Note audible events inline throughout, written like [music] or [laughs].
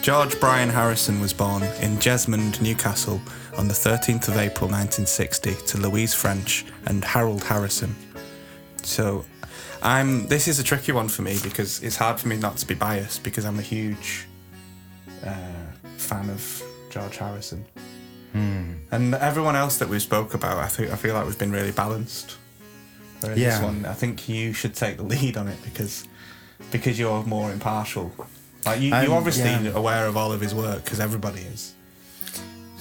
George Brian Harrison was born in Jesmond, Newcastle on the 13th of April 1960 to Louise French and Harold Harrison. So I'm this is a tricky one for me because it's hard for me not to be biased because I'm a huge uh, fan of George Harrison. And everyone else that we spoke about, I think I feel like we've been really balanced. Whereas Yeah. this one, I think you should take the lead on it because because you're more impartial. Like you, I'm- you're obviously Um, yeah. aware of all of his work because everybody is.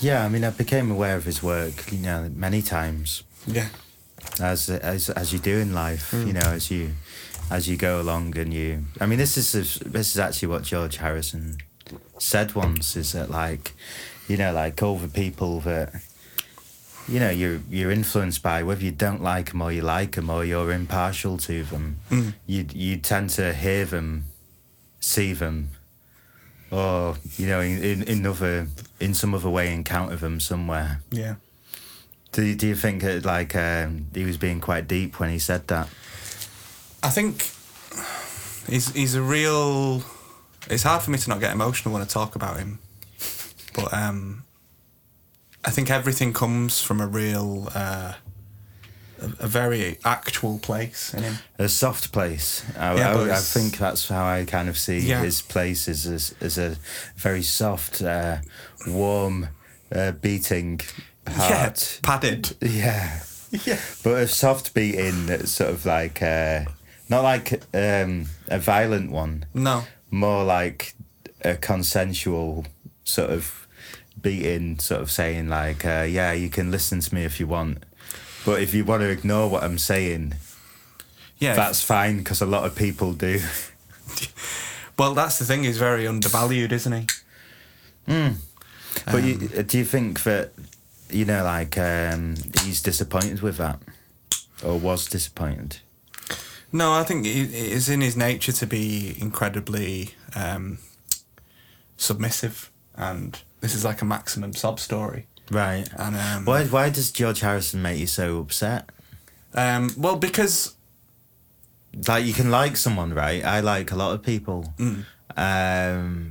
Yeah, I mean, I became aware of his work, you know, many times Yeah. as as as you do in life, you know, as you as you go along and you. I mean, this is this is actually what George Harrison said once: is that like, you know, like all the people that. You know, you're you're influenced by whether you don't like them or you like them or you're impartial to them. You you tend to hear them, see them, or you know, in, in, in other in some other way encounter them somewhere. Yeah. Do you, do you think that like um, he was being quite deep when he said that? I think he's he's a real. It's hard for me to not get emotional when I talk about him, but um, I think everything comes from a real, uh, a, a very actual place in him. A soft place. I, Yeah, I- but I, it's- think that's how I kind of see Yeah. his place as as, as a very soft, uh, warm, uh, beating heart. Yeah, padded. Yeah. [laughs] Yeah. but a soft beating that's sort of like uh, not like um, a violent one, No. more like a consensual sort of beating, sort of saying like, uh, yeah, you can listen to me if you want, but if you want to ignore what I'm saying, Yeah. that's fine because a lot of people [laughs] do. well, that's the thing. He's very undervalued, isn't he? but you, Um. uh, do you think that you know, like um, he's disappointed with that, or was disappointed? No, I think it it is in his nature to be incredibly um, submissive, and this is like a maximum sub story. Right. And um, Why, why does George Harrison make you so upset? Um, well, because like you can like someone, right? I like a lot of people. Mm. Um,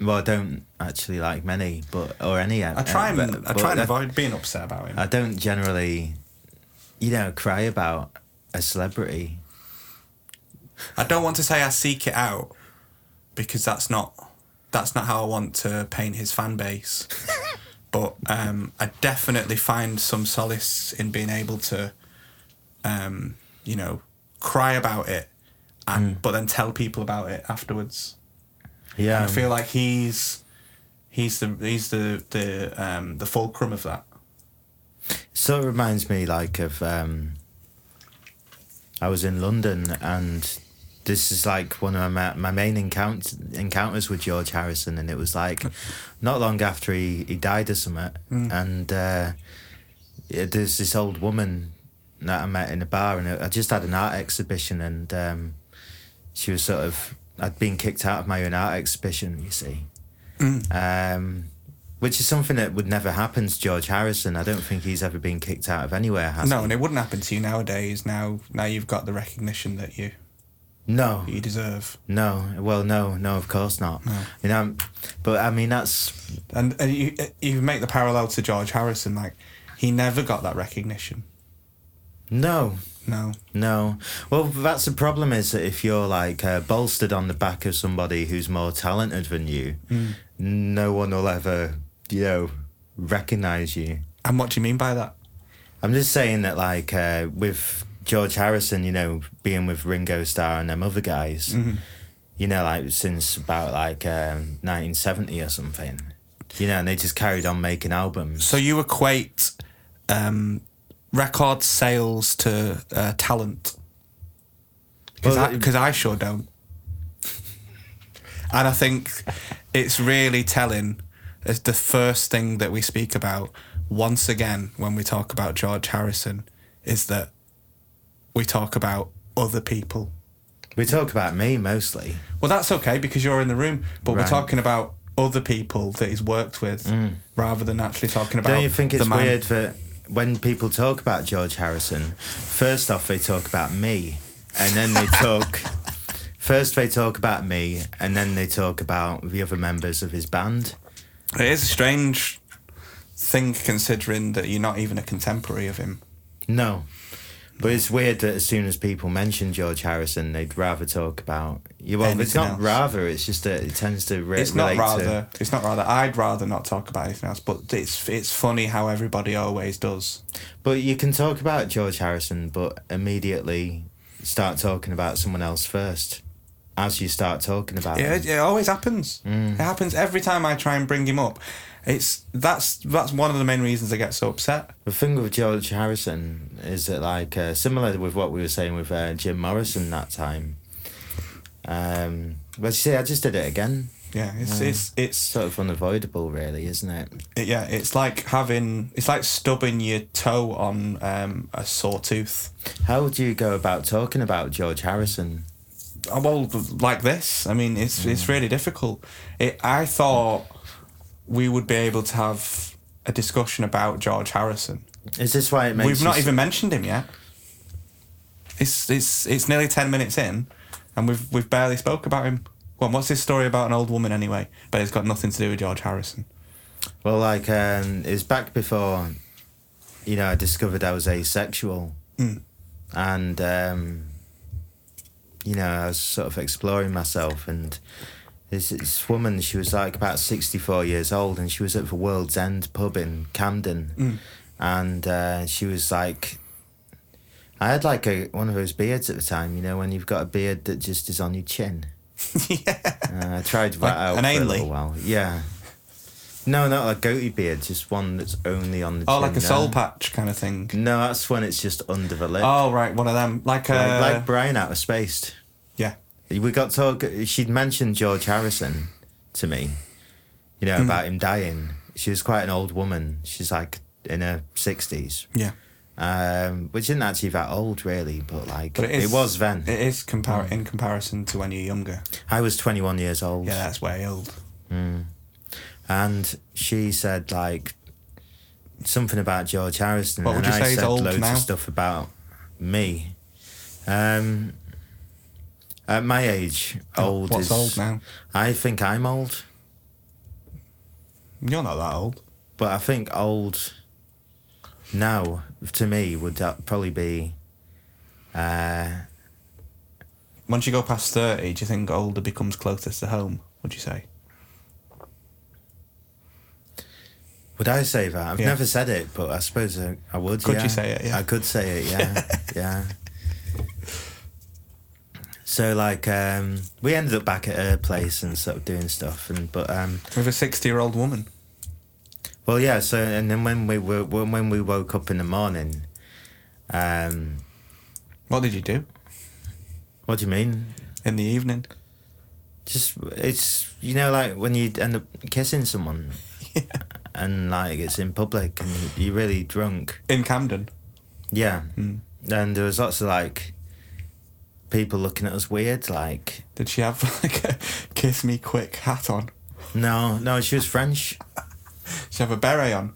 well, I don't actually like many, but or any. I try and I try and I, avoid being upset about him. uh, I don't generally, you know, cry about a celebrity. I don't want to say I seek it out because that's not that's not how I want to paint his fan base. but um, I definitely find some solace in being able to, um, you know, cry about it, and but then tell people about it afterwards. Yeah, And I feel like he's he's the he's the the um, the fulcrum of that. sort of reminds me like of um I was in London and this is like one of my my main encount- encounters with George Harrison and it was like not long after he, he died or something and uh yeah, there's this old woman that I met in a bar and I I just had an art exhibition and um she was sort of I'd been kicked out of my own art exhibition you see um, which is something that would never happen to George Harrison. I don't think he's ever been kicked out of anywhere, has No, he? and it wouldn't happen to you nowadays. Now now you've got the recognition that you No, you deserve. no. Well, no, no, of course not. You know, I'm- but I mean, that's And, and you you make the parallel to George Harrison, like he never got that recognition. no, No, no. Well, that's the problem is that if you're like uh, bolstered on the back of somebody who's more talented than you, no one will ever, you know, recognize you. and what do you mean by that? I'm just saying that, like, uh, with George Harrison, you know, being with Ringo Starr and them other guys, you know, like since about like um, 1970 or something, you know, and they just carried on making albums. So you equate um, record sales to uh, talent? Because Well, I, that- 'cause I sure don't. and I think it's really telling as the first thing that we speak about once again when we talk about George Harrison is that we talk about other people. We talk about me mostly. Well, that's okay because you're in the room, but Right. Mm. we're talking about other people that he's worked with rather than actually talking about. Don't you think the it's man. weird that when people talk [laughs] about George Harrison, first off they talk about me, and then they talk. first they talk about me, and then they talk about the other members of his band. It is a strange thing considering that you're not even a contemporary of him. No, but it's weird that as soon as people mention George Harrison, they'd rather talk about you. Well, it's Anything not else. rather. It's just that it tends to re- It's not relate to. rather. It's not rather. I'd rather not talk about anything else. But it's it's funny how everybody always does. But you can talk about George Harrison, but immediately start talking about someone else first. As you start talking about Yeah, him. it, it always happens. Mm. It happens every time I try and bring him up. It's that's that's one of the main reasons I get so upset. The thing with George Harrison is that, like, uh, similar with what we were saying with uh, Jim Morrison that time. Um, but you see, I just did it again. Yeah, it's Mm. it's it's Sort of unavoidable, really, isn't it? yeah, it's like having it's like stubbing your toe on um, a sawtooth. How do you go about talking about George Harrison? Oh, well, like this. I mean, it's Mm. it's really difficult. It, I thought we would be able to have a discussion about George Harrison. Is this why it makes We've you not s- even mentioned him yet. It's it's it's nearly ten minutes in, and we've we've barely spoke about him. Well, what's this story about an old woman anyway? But it's got nothing to do with George Harrison. Well, like, um, it was back before, you know, I discovered I was asexual. Mm. And, um, you know, I was sort of exploring myself. And this, this woman, she was like about 64 years old and she was at the World's End pub in Camden. Mm. And uh, she was like, I had like a, one of those beards at the time, you know, when you've got a beard that just is on [laughs] your chin. Uh, I tried that Like out an for a Ainley? little while. Yeah. No, not like goatee beard, just one that's only on the Oh, chin like a there. soul patch kind of thing. No, that's when it's just under the lip. Oh, right, one of them. Like a like, like Brian out of Spaced. yeah. We got talk. She'd mentioned George Harrison to me, Hmm. you know, about him dying. She was quite an old woman. She's like in her 60s, Yeah, um, which isn't actually that old, really, but like but it is. was then. Mm. It is compar- in comparison to when you're younger. I was 21 years old. Yeah, that's way old. and she said like something about George Harrison. What would and you I say is said old loads now? of stuff about me. Um, at my age, old What's is Oh, old now? I think I'm old, You're not that old. but I think old now to me would that probably be. Uh, Once you go past thirty, do you think older becomes closer to home? Would you say? would I say that? I've Yeah. never said it, but I suppose I, I would. Could you yeah. say it? Yeah. I could say it. Yeah, [laughs] yeah. So like, um, we ended up back at her place and sort of doing stuff, and but um, With a sixty-year-old woman. well, yeah. So and then when we were when when we woke up in the morning, um, What did you do what do you mean? in the evening? Just it's you know like when you end up [laughs] kissing someone, and like it's in public and you're really drunk. In Camden. Yeah. Mm. And there was lots of like people looking at us weird, like Did she have [laughs] like a kiss me quick hat on? no, no, she was French. Did she have a beret on?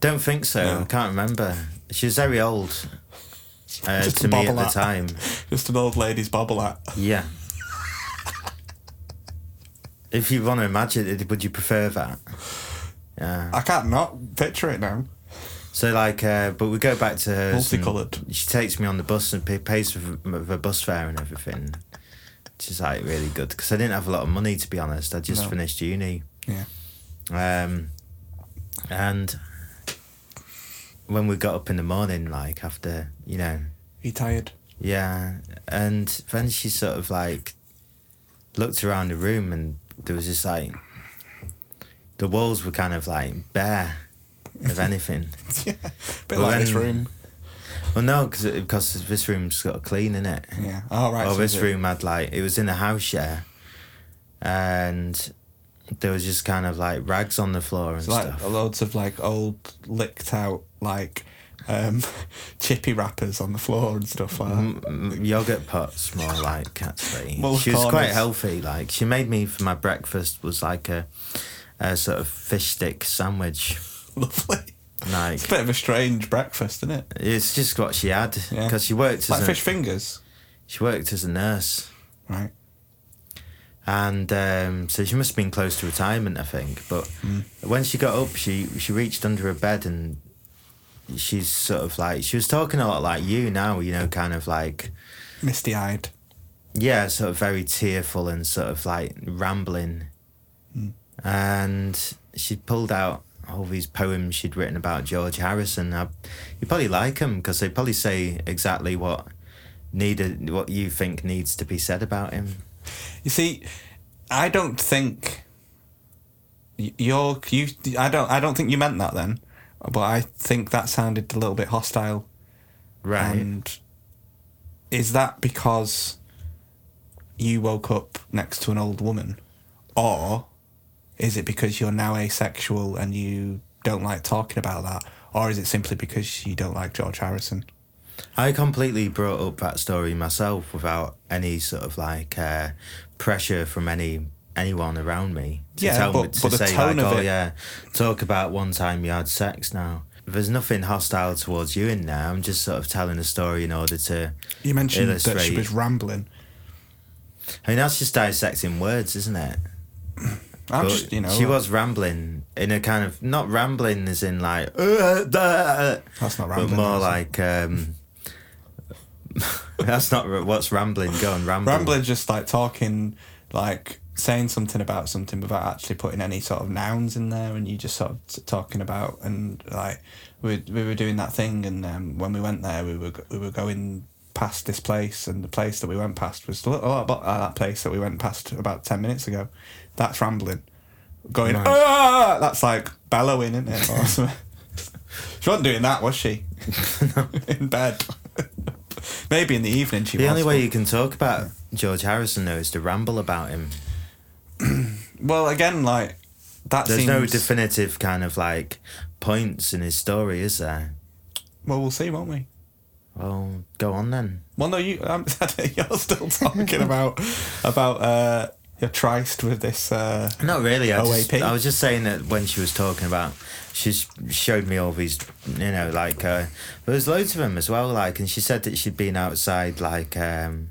Don't think so. No. I can't remember. She was very old. Uh, Just a to me at bobble the hat. time. [laughs] Just an old lady's bobble hat. [laughs] Yeah. if you want to imagine it, would you prefer that? Yeah. I can't not picture it [laughs] now. [laughs] So like, uh, but we go back to hers and Multicoloured. She takes me on the bus and pay, pays for the the bus fare and everything. Which is like really good because I didn't have a lot of money to be honest. I just No. finished uni, Yeah. um, and when we got up in the morning, like after you know, You tired? yeah, and then she sort of like looked around the room and there was just like the walls were kind of like bare [laughs] of anything. yeah. Bit Well, like this then- room. Well, no, cause, it- because this room's got a clean in it. Yeah. All right. Well, so Oh, this is it- room had like it was in a house share, and there was just kind of like rags on the floor and it's like stuff. loads of like old licked out like um [laughs] chippy wrappers on the floor and stuff like that. M- m- yogurt pots, more like actually. Well, she was quite corners. healthy. Like she made me for my breakfast was like a, a sort of fish stick sandwich. Lovely. Like It's a bit of a strange breakfast, isn't it? it's just what she had Yeah. because she worked as Like a, fish fingers. she worked as a nurse. right? and um, so she must have been close to retirement, I think. But when she got up, she she reached under her bed and she's sort of like she was talking a lot like you now, you know, kind of like Misty eyed. yeah, sort of very tearful and sort of like rambling. And she pulled out all these poems she'd written about George Harrison. I, you probably like them because they probably say exactly what needed, what you think needs to be said about him. You see, I don't think y- you're you. I don't. I don't think you meant that then. But I think that sounded a little bit hostile. Right. And is that because you woke up next to an old woman, or is it because you're now asexual and you don't like talking about that, or is it simply because you don't like George Harrison? I completely brought up that story myself without any sort of like uh, pressure from any anyone around me to Yeah, tell me but- to but the say tone like, of oh it- yeah, talk about one time you had sex now. There's nothing hostile towards you in there. I'm just sort of telling a story in order to. You mentioned that she Illustrate. was rambling. I mean, that's just dissecting words, isn't it? I'm But just, you know, she was rambling in a kind of not rambling as in like "Uh, duh," That's not but rambling, more is it? like um, [laughs] that's not r- what's rambling. Go on, ramble. Rambling just like talking, like saying something about something without actually putting any sort of nouns in there, and you just sort of t- talking about and like we we were doing that thing, and um, when we went there, we were g- we were going past this place, and the place that we went past was a lot about uh, that place that we went past about ten minutes ago. That's rambling, going Right. ah, that's like bellowing, isn't [laughs] it? Or something. she wasn't doing that, was she? [laughs] in bed. Maybe in the evening she The was. only but- way you can talk about George Harrison though is to ramble about him. Well, again, like that There's seems. no definitive kind of like points in his story, is there? well, we'll see, won't we? Well, go on then. Well, no, you. Um, [laughs] you're still [laughs] talking about about uh, your tryst with this. Uh, Not really. I, just, OAP? I was just saying that when she was talking about, she s- showed me all these, you know, like uh, there was loads of them as well. Like, and she said that she'd been outside like um,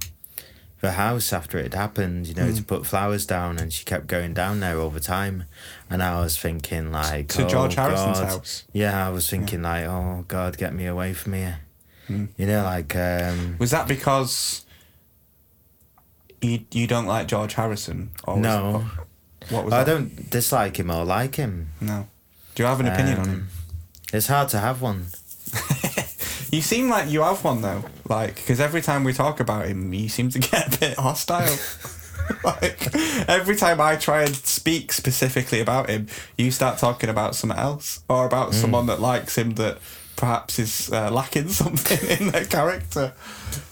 the house after it had happened, you know, Mm. to put flowers down, and she kept going down there all the time. And I was thinking like, To oh, George Harrison's God. house? Yeah, I was thinking like, oh God, get me away from here. Mm. You know, like um, was that because you you don't like George Harrison? Or was- no, what was I that? don't dislike him or like him. No. Do you have an opinion on Um, him? It's hard to have one. [laughs] You seem like you have one though, like because every time we talk about him, you seem to [laughs] get a bit hostile. [laughs] like every time I try and speak specifically about him, you start talking about something else or about someone that likes him that perhaps is uh, lacking [laughs] something in their character.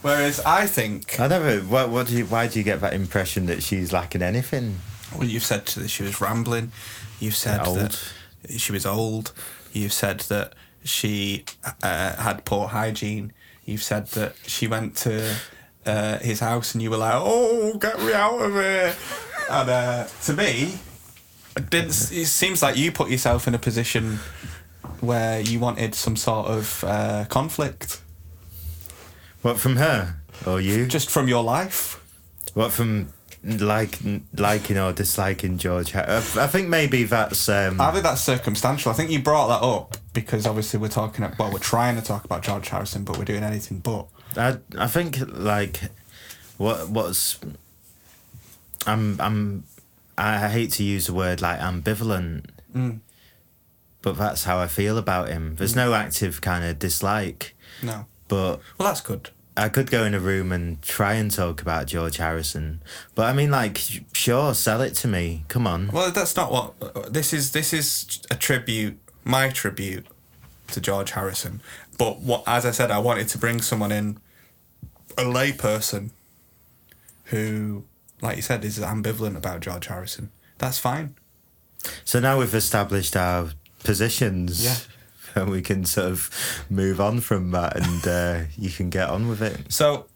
Whereas I think I never. What, what do you, why do you get that impression that she's lacking anything? Well, you've said that she was rambling. You've said And old. that she was old. You've said that she uh, had poor hygiene. You've said that she went to uh, his house and you were like, "Oh, get me out of here!" and uh, to me, it didn't. It seems like you put yourself in a position where you wanted some sort of uh, conflict, What from her or you? just from your life. What from like liking or disliking George? Har- I, I think maybe that's. Um, I think that's circumstantial. I think you brought that up because obviously we're talking about, well, we're trying to talk about George Harrison, but we're doing anything but. I I think like what what's I'm I'm I hate to use the word like ambivalent, but that's how I feel about him. There's no active kind of dislike, No. but Well, that's good. I could go in a room and try and talk about George Harrison, but I mean, like, sure, sell it to me. Come on. Well, that's not what this is. This is a tribute, my tribute to George Harrison. But what, as I said, I wanted to bring someone in, a layperson, who, like you said, is ambivalent about George Harrison. That's fine. So now we've established our positions. Yeah. [laughs] And we can sort of move on from that, and uh, you can get on with it. So,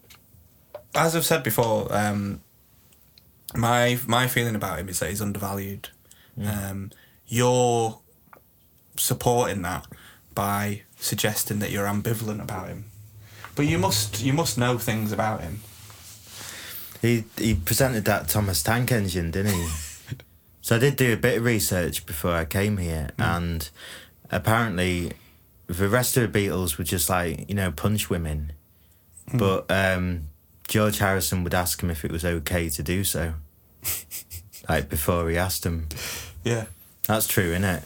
as I've said before, um, my my feeling about him is that he's undervalued. Mm. Um, you're supporting that by suggesting that Mm. you're ambivalent about him, but you must you must know things about him. He he presented that Thomas Tank Engine, didn't [laughs] he? so I did do a bit of research before I came here, Mm. and apparently the rest of the Beatles were just like you know punch women, Mm. but um, George Harrison would ask him if it was okay to [laughs] do so, like before he asked him. Yeah. That's true, isn't it?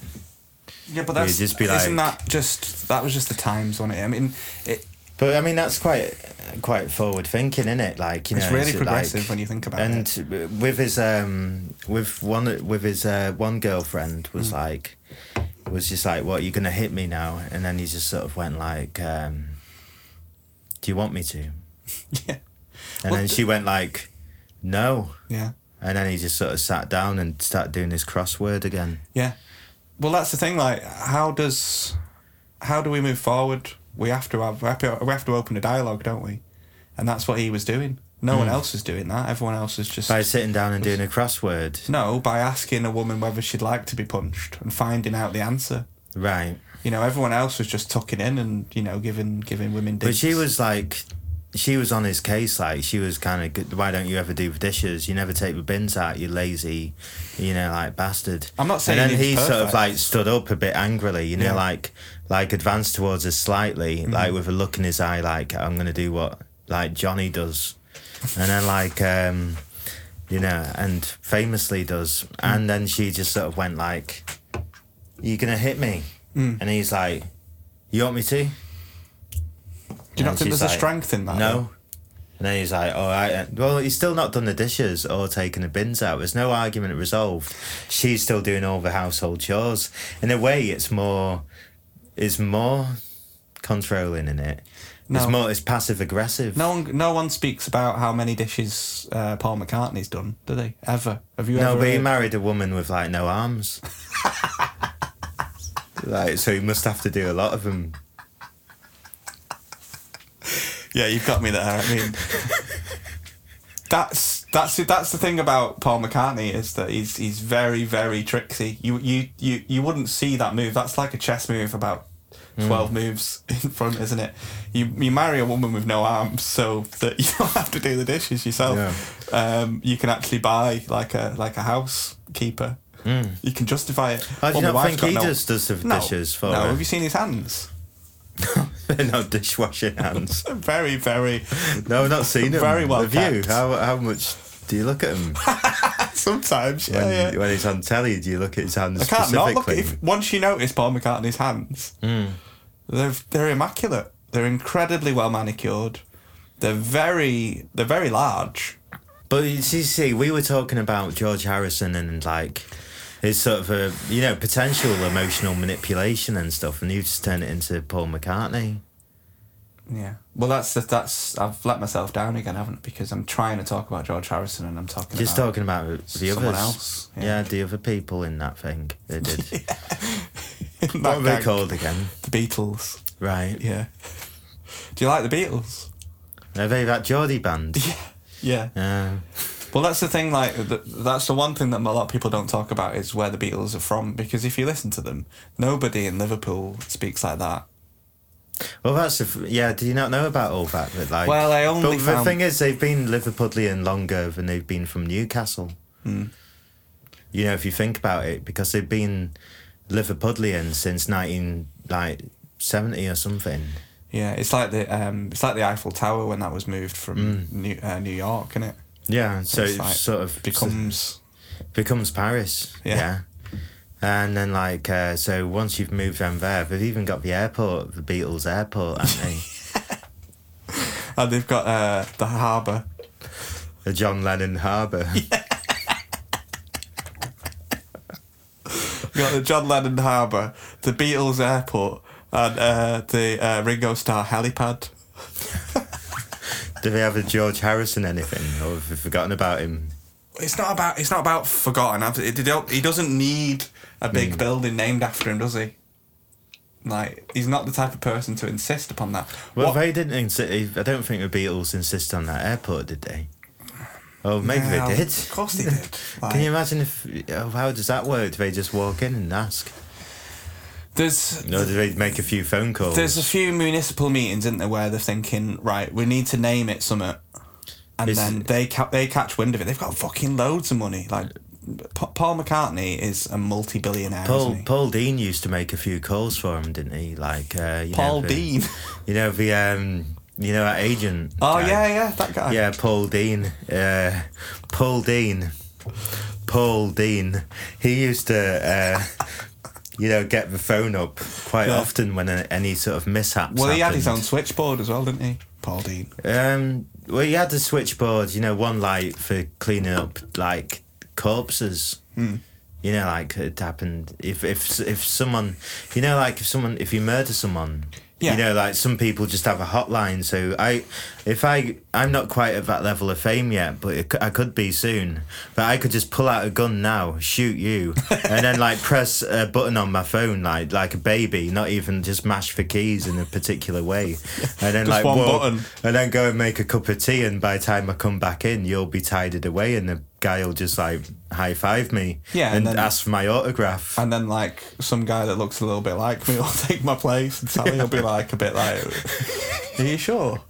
Yeah, but Yeah, that's just be isn't like- that just that was just the times on it. I mean, it But I mean, that's quite quite forward thinking, isn't it? Like you It's know, really it progressive like- when you think about and it. [laughs] And with his um, with one with his uh, one girlfriend Hmm. was like, was just like, "What you gonna hit me now?" And then he just sort of went like, um, "Do you want me to?" And yeah, then she went like, "No." yeah, And then he just sort of sat down and started doing his crossword again. yeah. Well, that's the thing. Like, how does how do we move forward? We have to have we have to, we have to open a dialogue, don't we? And that's what he was doing. No one else was doing that. Everyone else was just Hmm. By sitting down and doing a crossword, no by asking a woman whether she'd like to be punched and finding out the answer. right? You know, everyone else was just tucking in and you know giving giving women. But she digs. was like, she was on his case. Like she was kind of, why don't you ever do the dishes? You never take the bins out. You lazy, you know, like bastard. I'm not saying And then he he was sort of perfect. like stood up a bit angrily. You know, Yeah. Mm-hmm. like like advanced towards us slightly, like with a look in his eye, like I'm gonna do what like Johnny does, and then like. um you know, and famously does. Mm. And then she just sort of went like, "You're gonna hit me," Mm. and he's like, "You want me to?" Do you not think and she's there's a like, strength in that? though? No. And then he's like, all right. uh, Well, he's still not done the dishes or taken the bins out. There's no argument resolved. She's still doing all the household chores. In a way, it's more, it's more controlling in it. No. It's more, it's passive aggressive. No one, no one speaks about how many dishes uh, Paul McCartney's done, do they? Ever? Have you No, ever? but he heard- married a woman with like no [laughs] arms. like, so he must have to do a lot of them. yeah, you've got me there. I mean, that's that's that's the thing about Paul McCartney is that he's he's very very tricksy. You you you you wouldn't see that move. That's like a chess move about. Hmm. 12 moves in front, isn't it? You you marry a woman with no arms so that [laughs] you don't have to do the dishes yourself. Um, you can actually buy like a like a housekeeper. You can justify it. I Hmm. Well, my do not wife's think got he no- just does the dishes for No, her. [laughs] have you seen his hands? They're not dishwashing hands. They're very, [laughs] very. [laughs] No, I've not seen him. Very well Have kept. you? How, how much do you look at him? Sometimes, yeah, [laughs] when, yeah. when he's on telly, do you look at his hands I can't not look. At, specifically? if once you notice Paul McCartney's hands, Hmm. they're they're immaculate. They're incredibly well manicured. They're very they're very large. But you see, see, we were talking about George Harrison and like his sort of a you know potential emotional manipulation and stuff, and you just turn it into Paul McCartney. Yeah. Well, that's the, that's I've let myself down again, haven't I? Because I'm trying to talk about George Harrison and I'm talking Just about talking about the Uh, someone others. else, yeah. Yeah. the other people in that thing [laughs] they did. that What were they gang, called again? the Beatles. Right. Yeah. Do you like the Beatles? Are they that Geordie band? [laughs] Yeah. Yeah. Well, that's the thing. Like, th- that's the one thing that a lot of people don't talk about is where the Beatles are from. Because if you listen to them, nobody in Liverpool speaks like that. Well, that's a f yeah. Do you not know about all that? But like, Well, I only But found- the thing is, they've been Liverpudlian longer than they've been from Newcastle. Hmm. You know, if you think about it, because they've been Liverpudlian since nineteen like seventy or something. Yeah, it's like the um, it's like the Eiffel Tower when that was moved from New uh, New York, and it? Yeah, so It's it like sort Mm. of becomes becomes Paris. Yeah. Yeah. And then, like, uh, so once you've moved them there, they've even got the airport, the Beatles airport, haven't [laughs] they? and they've got uh, the harbour. the John [laughs] Lennon Harbour. You've got the John Lennon Harbour, the Beatles Airport, and uh, the uh, Ringo Starr helipad. Do they have a George Harrison anything, or have we forgotten about him? It's not about it's not about forgotten. I've- He don't- he doesn't need a big Mm. building named after him, does he? Like he's not the type of person to insist upon that. Well, What- they didn't. Insi- I don't think the Beatles insisted on that airport, did they? Oh, maybe Yeah, they did. Of course they did. Like, [laughs] Can you imagine if? oh, How does that work? Do they just walk in and ask? there's No, do they make a few phone calls? there's a few municipal meetings, isn't there, where they're thinking, right, we need to name it something. and Is- then they ca- they catch wind of it. They've got fucking loads of money. Like Pa- Paul McCartney is a multi-billionaire. Paul isn't he? Paul Dean used to make a few calls for him, didn't he? Like uh, you Paul know, the- Dean. You know the um, you know our agent. [laughs] Oh guy. yeah, yeah, that guy. Yeah, Paul Dean. Uh, Paul Dean. Paul Dean. He used to, uh, you know, get the phone up quite Yeah. often when a, any sort of mishaps. Well, he had his own happened. switchboard as well, didn't he? Paul Dean. Um, well, he had the switchboard. You know, one light for cleaning up like corpses. Hmm. You know, like it happened if if if someone, you know, like if someone if you murder someone. Yeah. You know, like some people just have a hotline. So I, if I, I'm not quite at that level of fame yet, but it, c- I could be soon. But I could just pull out a gun now, shoot [laughs] you, and then like press a button on my phone, like like a baby, not even just mash the keys in a particular way, and then Just like one walk- button. and then go and make a cup of tea, and by the time I come back in, you'll be tidied away, and the guy will just like high five me, Yeah, and, and then- ask for my autograph. And then like some guy that looks a little bit like me [laughs] will take my place, and Sally will be like a bit like, "Are you [laughs] sure?"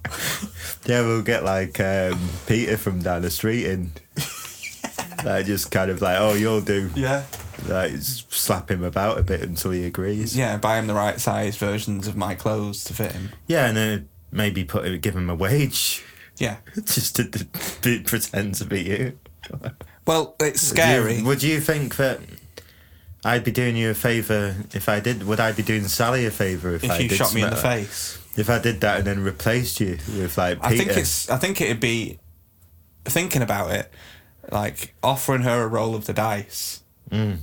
yeah, we'll get like um, Peter from down the [laughs] street, and like just kind of like, oh, you'll do, Yeah. like s- slap him about a bit until he agrees. Yeah, buy him the right size versions of my clothes to fit him. Yeah, and then maybe put give him a wage [laughs] Yeah. just to, to, to pretend to be you. Well, it's Do you- scary. would you think that I'd be doing you a favour if I did? Would I be doing Sally a favour if, I if you did shot me in the smack- face. If I did that and then replaced you with like Peter, I think it's. I think it'd be thinking about it, like offering her a roll of the dice. Mm.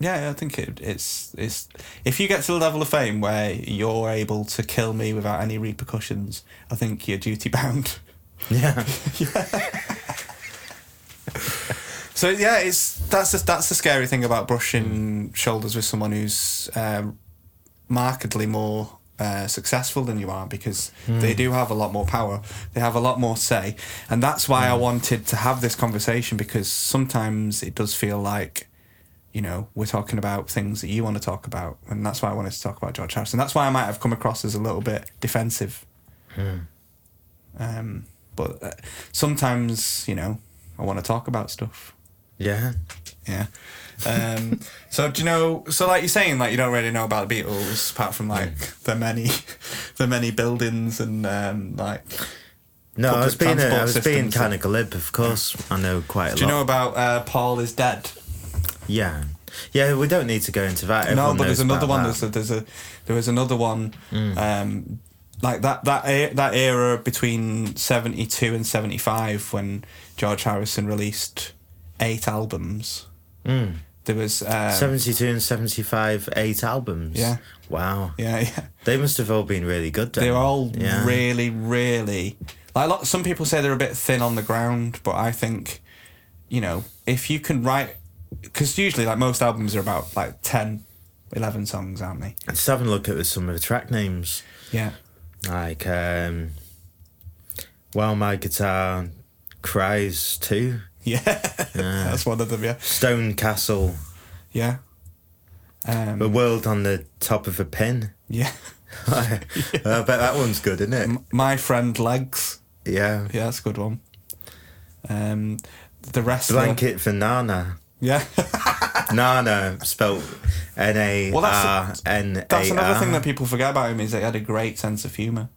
Yeah, I think it, it's it's. If you get to the level of fame where you're able to kill me without any repercussions, I think you're duty bound. [laughs] [laughs] yeah, So yeah, it's that's the, that's the scary thing about brushing shoulders with someone who's um, markedly more uh, successful than you are because they do have a lot more power. They have a lot more say, and that's why I wanted to have this conversation because sometimes it does feel like. You know, we're talking about things that you want to talk about, and that's why I wanted to talk about George Harrison. That's why I might have come across as a little bit defensive um, but uh, sometimes, you know, I want to talk about stuff. yeah. Yeah. Um, [laughs] so do you know? So like you're saying, like you don't really know about the Beatles apart from like the many, [laughs] the many buildings and um, like. No, I Public was being a, I transport was being systems. kind of glib. Of course, I know quite a Do you lot. know about uh, Paul is dead? yeah, yeah. We don't need to go into that. no, Everyone but there's knows another one. about that. Mm. There's a, there's a there was another one. Um, like that that e- that era between seventy two and seventy five when George Harrison released eight albums. Mm. There was um, 72 and 75 eight albums Yeah. wow Yeah, [laughs] yeah. they must have all been really good then. They're all yeah. really, really like a lot. Some people say they're a bit thin on the ground, but I think, you know, if you can write, because usually like most albums are about like 10, 11 songs, aren't they? Let's have a look at some of the track names. Yeah, [laughs] Like, um, While My Guitar Cries Too, Uh, yeah. [laughs] That's one of them. Yeah, Stone Castle, yeah, um, The World on the Top of a Pin. [laughs] yeah. [laughs] I bet that one's good, isn't it? M- My friend legs. Yeah. Yeah, that's a good one. Um, the rest. Blanket for Nana. Yeah, [laughs] Nana, spelt N A R N A R. that's another thing that people forget about him is that he had a great sense of humor.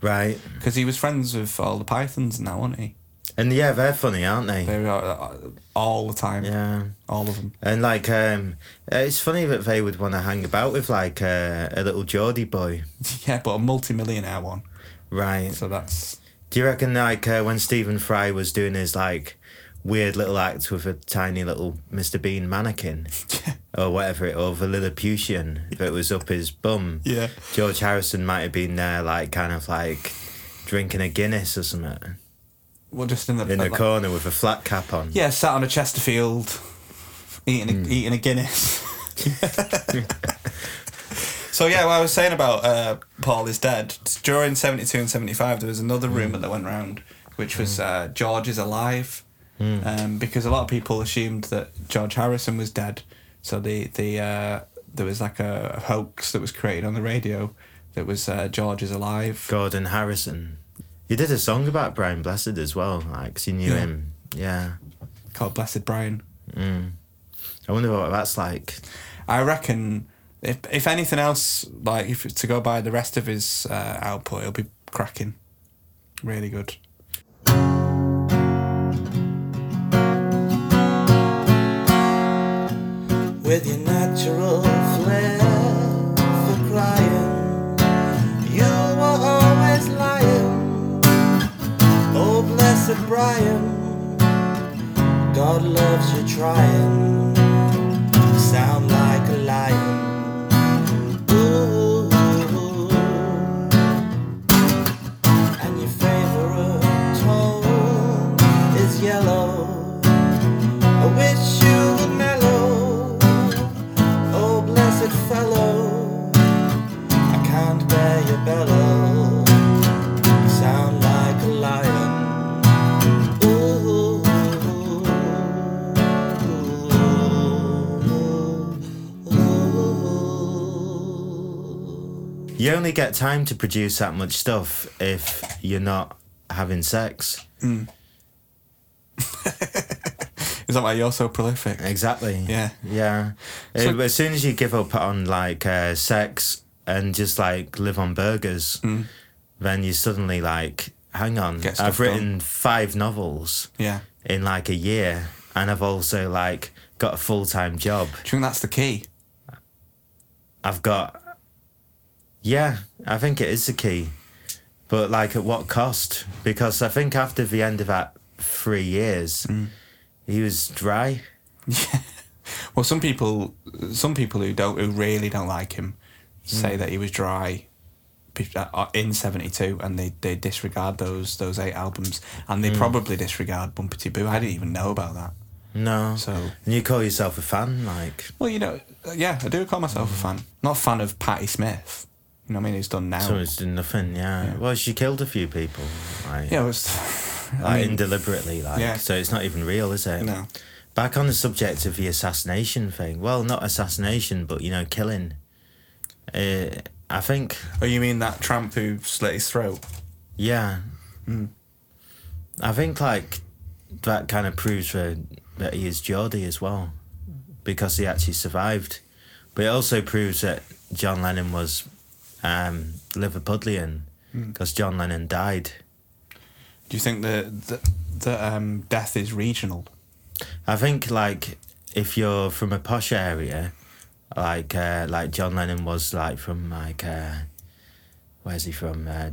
Right. Because he was friends with all the pythons and that, wasn't he? And yeah, they're funny, aren't they? They were uh, all the time. Yeah. All of them. [laughs] And like, um, it's funny that they would want to hang about with like uh, a little Geordie boy, Yeah, but a multi-millionaire one. right? So that's Do you reckon like uh, when Stephen Fry was doing his like weird little act with a tiny little Mr [laughs] Bean mannequin or whatever it or the Lilliputian that was up his bum? Yeah. George Harrison might have been there, like kind of like drinking a Guinness or something well, just in the in uh, the like- corner with a flat cap on. Yeah, sat on a Chesterfield, eating a, eating a Guinness. [laughs] so yeah, what I was saying about uh, Paul is dead. During seventy two and seventy five, there was another rumor that went round, which was uh, George is alive, um, because a lot of people assumed that George Harrison was dead. So the the uh, there was like a hoax that was created on the radio that was uh, George is alive. Gordon Harrison. You did a song about Brian Blessed as well, like 'cause you knew Yeah. him. Yeah. called Blessed Brian. I wonder what that's like. I reckon if if anything else, like if to go by the rest of his uh, output, it'll be cracking, really good. with your natural flair for crying. You were always lying. Oh, blessed Brian, God loves you trying. Sound like a lion. Ooh. And your favorite tone is yellow. I wish you would mellow, oh blessed fellow. I can't bear your bellow. You sound like a lion. Ooh, ooh, ooh, ooh. You only get time to produce that much stuff if you're not having sex. Is that why you're so prolific? Exactly. Yeah. Yeah. So- Uh, as soon as you give up on like uh, sex and just like live on burgers, then you suddenly like, hang on, Mm. Get stuff I've written five novels Yeah. in like a year, and I've also like got a full time job. Do you think that's the key? I've got. Yeah, I think it is the key. But like at what cost? Because I think after the end of that three years, Mm. he was dry. Well, some people, some people who don't, who really don't like him, say that he was dry pe- uh, in '72, and they, they disregard those those eight albums, and they probably disregard Bumpity Boo. I didn't even know about that. No. So- and you call yourself a fan, like Well, you know, uh, yeah, I do call myself a fan. Not a fan of Patti Smith. You know what I mean? Who's done now? someone's done nothing. Yeah. Oh. Yeah. Well, she killed a few people, like, yeah, it [laughs] was. like I mean, indeliberately, like. yeah. So it's not even real, is it? No. Back on the subject of the assassination thing. Well, not assassination, but you know, killing. Uh, I think oh, you mean that tramp who slit his throat? Yeah. I think like that kind of proves that that he is Geordie as well, because he actually survived. But it also proves that John Lennon was um, Liverpudlian, because John Lennon died. Do you think that that, that um, death is regional? I think like if you're from a posh area, like uh, like John Lennon was like from like uh, where's he from? Uh,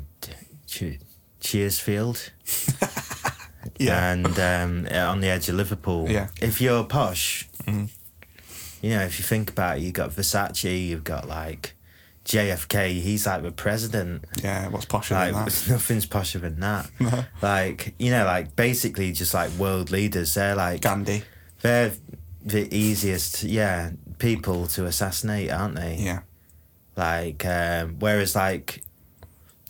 Ch- Cheersfield. [laughs] and um, on the edge of Liverpool. Yeah. Mm-hmm. If you're posh, you know, if you think about it, you've got Versace, you've got like JFK, he's like the president. Yeah. What's posher Like, than that? [laughs] nothing's posher than that. like, you know, like basically just like world leaders. They're like, Gandhi. they're the easiest, yeah, people to assassinate, aren't they? Yeah. Like, um, whereas like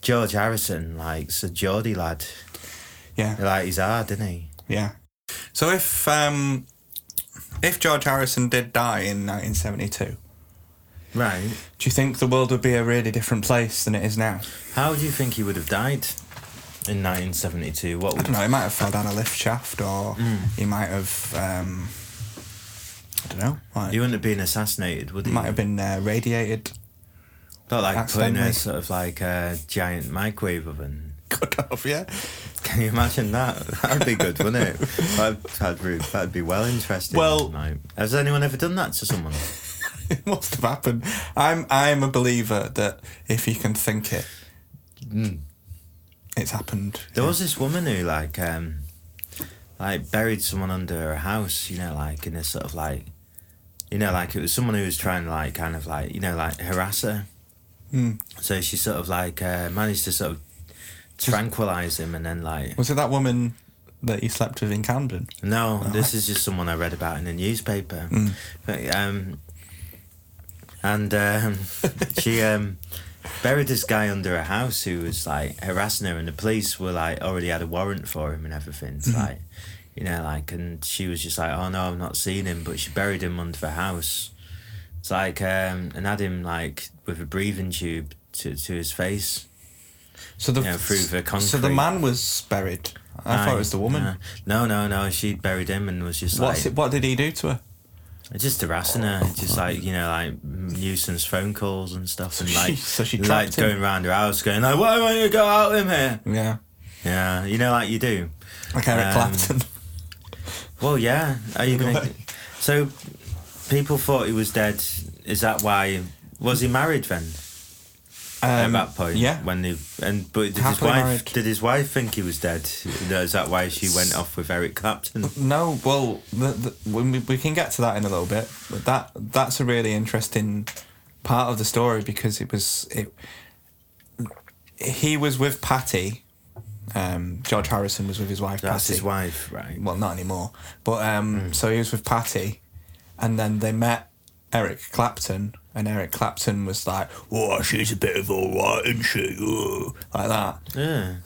George Harrison, like, it's a Geordie lad. Yeah. Like, he's hard, isn't he? Yeah. So if um, if George Harrison did die in 1972, Right. do you think the world would be a really different place than it is now? How do you think he would have died in 1972? What I would don't know. He might have fell down a lift shaft, or Mm. he might have. Um, I don't know. Like, he wouldn't have been assassinated, would he? might have been uh, radiated. [laughs] Not like putting accidentally. a sort of like a giant microwave oven. Good off, yeah. Can you imagine that? That'd be good, [laughs] wouldn't it? That'd, that'd, be, that'd be well interesting. Well- like, has anyone ever done that to someone? It must have happened. I'm I'm a believer that if you can think it, it's happened. There was this woman who like um like buried someone under her house, you know, like in a sort of like you know, like it was someone who was trying to like kind of like you know, like harass her. Mm. So she sort of like uh, managed to sort of tranquilize him and then like Was it that woman that you slept with in Camden? no, this is just someone I read about in the newspaper. Mm. But, um, and um, [laughs] she um, buried this guy under a house who was like harassing her, and the police were like already had a warrant for him and everything. Mm-hmm. It's Like, you know, like, and she was just like, "Oh no, I've not seen him," but she buried him under the house. It's like, um, and had him like with a breathing tube to to his face. So the Yeah, through the so the concrete. man was buried. I thought it was the woman. Uh, no, no, no. She buried him and was just What's Oh, like it, what did he do to her? just harassing her, just like you know, like nuisance phone calls and stuff, and she- like so she like trapped him. going round her house, going like, "Why won't you go out in here?" Yeah, Yeah, you know, like you do. like Eric Um, Clapton. Well, yeah. Are you gonna? [laughs] So people thought he was dead. Is that why? Was he married then? Um, at that point, yeah. When they and but did his Happily wife married. did his wife think he was dead? Is that why she went off with Eric Clapton? No, well, the, the, when we, we can get to that in a little bit, but that that's a really interesting part of the story because it was it. He was with Patty. Um, George Harrison was with his wife. That's Patty. his [laughs] wife, Hmm. right? Well, not anymore. But um, so he was with Patty, and then they met Eric Clapton, and Eric Clapton was like, "Oh, she's a bit of all right, isn't she?" Oh," like that. Yeah,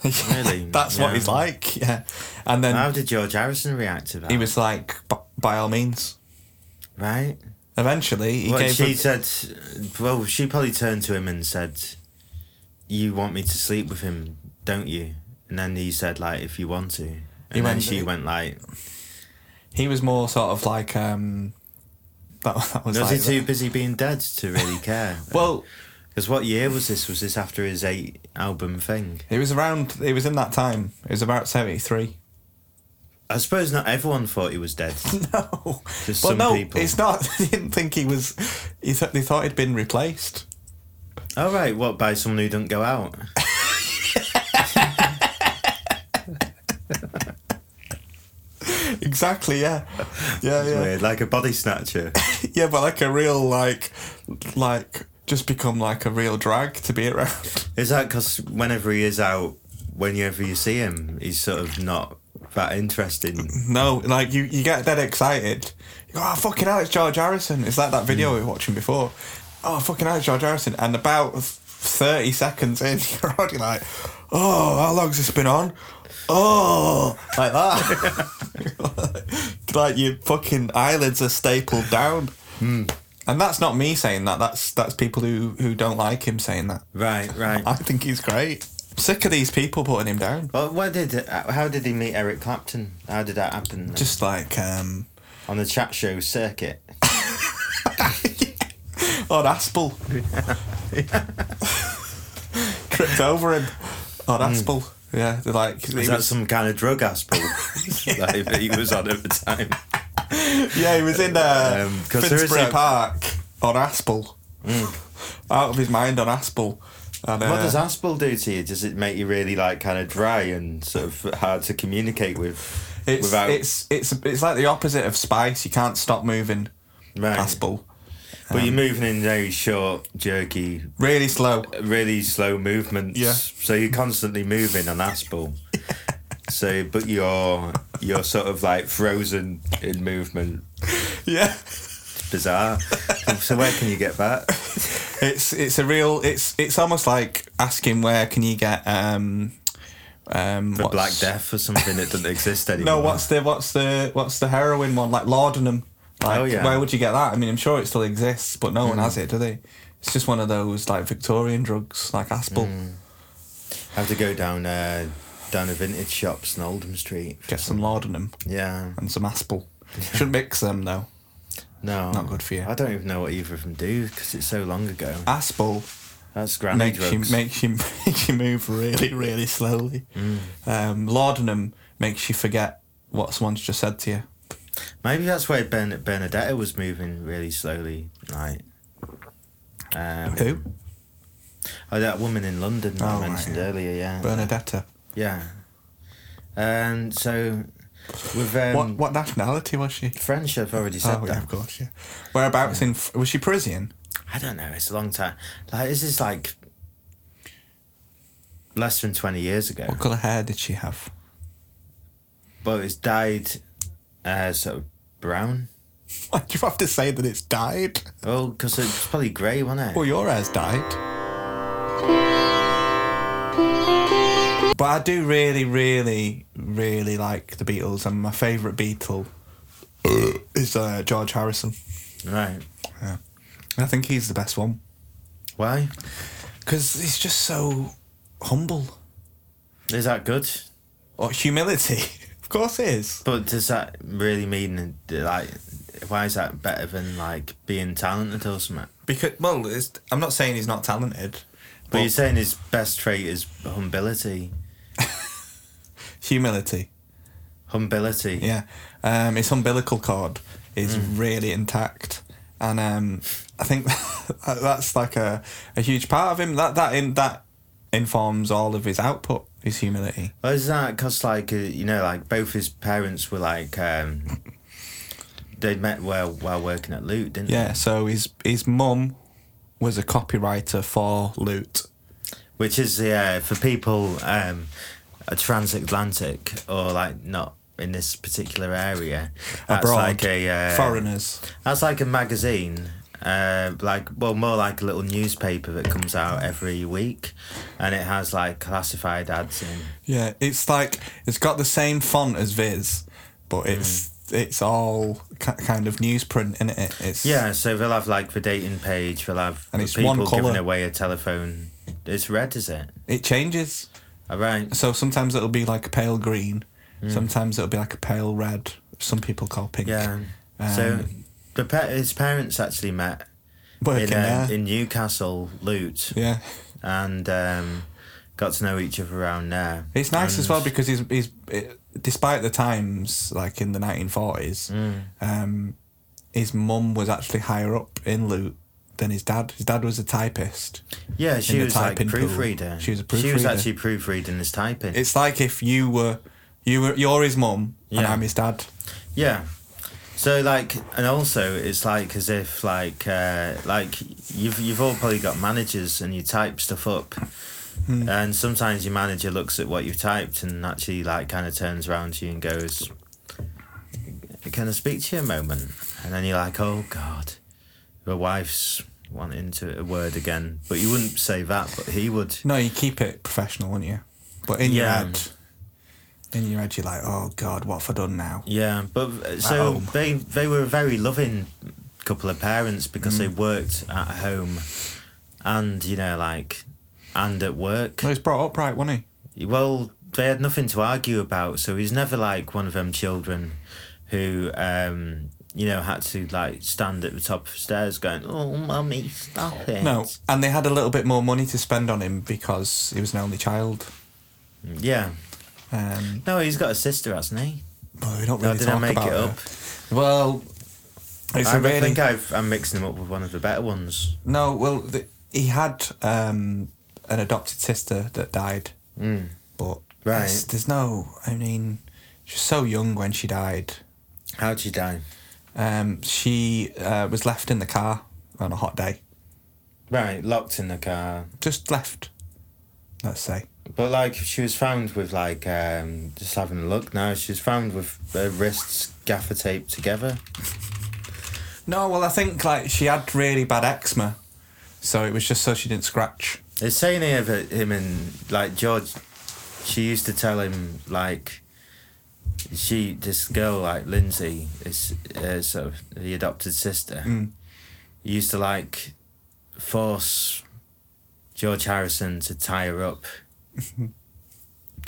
really. [laughs] That's what yeah. he's like. Yeah, and then How did George Harrison react to that? he was like, "B- "By all means." right. Eventually, he Well, gave she her- said, well, she probably turned to him and said, "You want me to sleep with him, don't you?" And then he said, "Like, if you want to." And then went- she went like, he was more sort of like um, that, [laughs] that was, "Was like he too busy being dead to really care?" [laughs] well. because what year was this? Was this after his eight album thing? It was around. It was in that time. It was about seventy three. I suppose not everyone thought he was dead. [laughs] No, Just well, some no, people. it's not. [laughs] They didn't think he was. He th- they thought he'd been replaced. [laughs] All right, what by someone who don't go out? Oh, Exactly. Yeah. [laughs] Yeah. It's yeah. Weird, like a body [laughs] snatcher. Yeah, but like a real like, like just become like a real drag to be around. Is that because whenever he is out, whenever you see him, he's sort of not that interesting? [laughs] No, like you, you get dead excited. You go, oh, fucking hell, it's George Harrison. It's like that video we were watching before. Oh, fucking hell, it's George Harrison. And about 30 seconds in, [laughs] you're already like, oh, how long's this been on? Oh, like that. [laughs] like your fucking eyelids are stapled down. And that's not me saying that. That's that's people who, who don't like him saying that. Right, right. I think he's great. Sick of these people putting him down. Well, where did uh, how did he meet Eric Clapton? How did that happen? Just like um, on the chat show circuit. on Aspel. Tripped over him Hmm. on Aspel. Yeah, they're like he was, Was that some kind of drug [laughs] aspel [laughs] like, that he was on at the time? yeah, he was in uh, Um, 'cause there is Finsbury that- Park on Aspel, out of his mind on Aspel. And, uh, [laughs] What does aspel do to you? Does it make you really like kind of dry and sort of hard to communicate with? it's, without it's it's it's like the opposite of spice. You can't stop moving. Right. Aspel, um, but you're moving in very short, jerky, really slow. really slow movements. Yeah. So you're constantly moving on aspel. [laughs] So, but you're you're sort of like frozen in movement. Yeah, [laughs] bizarre. so where can you get that? it's it's a real. It's it's almost like asking where can you get um um The what's- Black Death or something that doesn't exist anymore. [laughs] No, what's the what's the what's the heroin one like laudanum? Like, Oh, yeah. Hmm. Where would you get that? I mean, I'm sure it still exists, but no one has it, do they? It's just one of those like Victorian drugs, like Aspel. Hmm. I have to go down uh, down a vintage shops in Oldham Street. Get some laudanum Yeah. and some Aspel. [laughs] Shouldn't mix them though. No. Not good for you. I don't even know what either of them do because it's so long ago. Aspel That's granny makes you drugs. makes you [laughs] makes you move really really slowly. Hmm. Um, laudanum makes you forget what someone's just said to you. Maybe that's why ben- Bernadetta was moving really slowly. Like. Um, Who? Oh, that woman in London that Oh, I right, mentioned yeah. earlier. Yeah. Bernadetta. Yeah. Um. So, with um, what what nationality was she? French, I've already said Oh that. yeah, of course. Yeah. Whereabouts in Fr- was she Parisian? I don't know. It's a long time. Like this is like less than twenty years ago. What colour hair did she have? But it's dyed, uh, sort of brown. [laughs] Why do you have to say that it's dyed? Oh, because it's probably grey, wasn't it? Well, your hair's dyed. But I do really, really, really like the Beatles, and my favourite Beatle is uh, George Harrison. Right. Yeah. I think he's the best one Why? because he's just so humble Is that good? or humility. [laughs] of course, it is. But does that really mean like why is that better than like being talented or something? Because well, it's, I'm not saying he's not talented, But but you're saying his best trait is humility. humility. Humility. Yeah, um, his umbilical cord is Mm. really intact, and um, I think [laughs] that's like a, a huge part of him. That that in that informs all of his output. His humility. Well, is that because, like, uh, you know, like both his parents were like, um, they met while while working at Loot, didn't Yeah. So his his mum was a copywriter for Loot. they? Which is yeah for people um, a transatlantic or like not in this particular area. That's Abroad, like a uh, foreigners. That's like a magazine. Uh, like well, more like a little newspaper that comes out every week, and it has like classified ads in. Yeah, it's like it's got the same font as Viz, but Mm. it's it's all ki kind of newsprint in it. It's Yeah, so they'll have like the dating page. They'll have And the it's people one giving colour. away a telephone. It's red, is it? it changes. All right. So sometimes it'll be like a pale green, Hmm. sometimes it'll be like a pale red. Some people call pink. Yeah. Um, so the pa- his parents actually met [laughs] working in, uh, there. in Newcastle, Lute, yeah, and um, got to know each other around there. it's nice as And- well because he's he's it, despite the times like in the nineteen forties, Hmm. um, his mum was actually higher up in Loot than his dad. His dad was a typist. Yeah, she the was like typing pool. proofreader. She was a She was proofreader. actually proofreading his typing. It's like if you were you were you're his mum and Yeah. I'm his dad. Yeah. So like, and also it's like as if like uh, like you've you've all probably got managers and you type stuff up, and sometimes your manager looks at what you've typed and actually like kind of turns around to you and goes, "Can I speak to you a moment?" And then you're like, "Oh God, the wife's wanting to a word again," but you wouldn't say that, but he would. No, you keep it professional, wouldn't you? But in Yeah. your head, in your head, you're like, oh god, what have I done now? Yeah, but uh, so home. they they were a very loving couple of parents because they Mm. worked at home, and you know like, and at work. No, he's brought up right, wasn't Well, they had nothing to argue about, so he's never like one of them children, who um you know had to like stand at the top of the stairs going, "Oh, mummy, stop it." he? No, and they had a little bit more money to spend on him because he was an only child. Yeah. Um, No, he's got a sister, hasn't he? but we don't No, really did I talk make about it up? Well, it's I a really think I've, I'm mixing him up with one of the better ones. no. Well, the, he had um, an adopted sister that died, Mm. but Right. it's- there's no. I mean, she was so young when she died. How'd she die? Um, she uh, was left in the car on a hot day. Right, locked in the car. Just left, let's say. But like she was found with like um, just having a look now. She was found with her wrists gaffer taped together. No, well, I think like she had really bad eczema, so it was just so she didn't scratch. It's saying here that him and like George, she used to tell him like she this girl like Lindsay is uh, sort of the adopted sister. Hmm. Mm. Used to like force George Harrison to tie her up.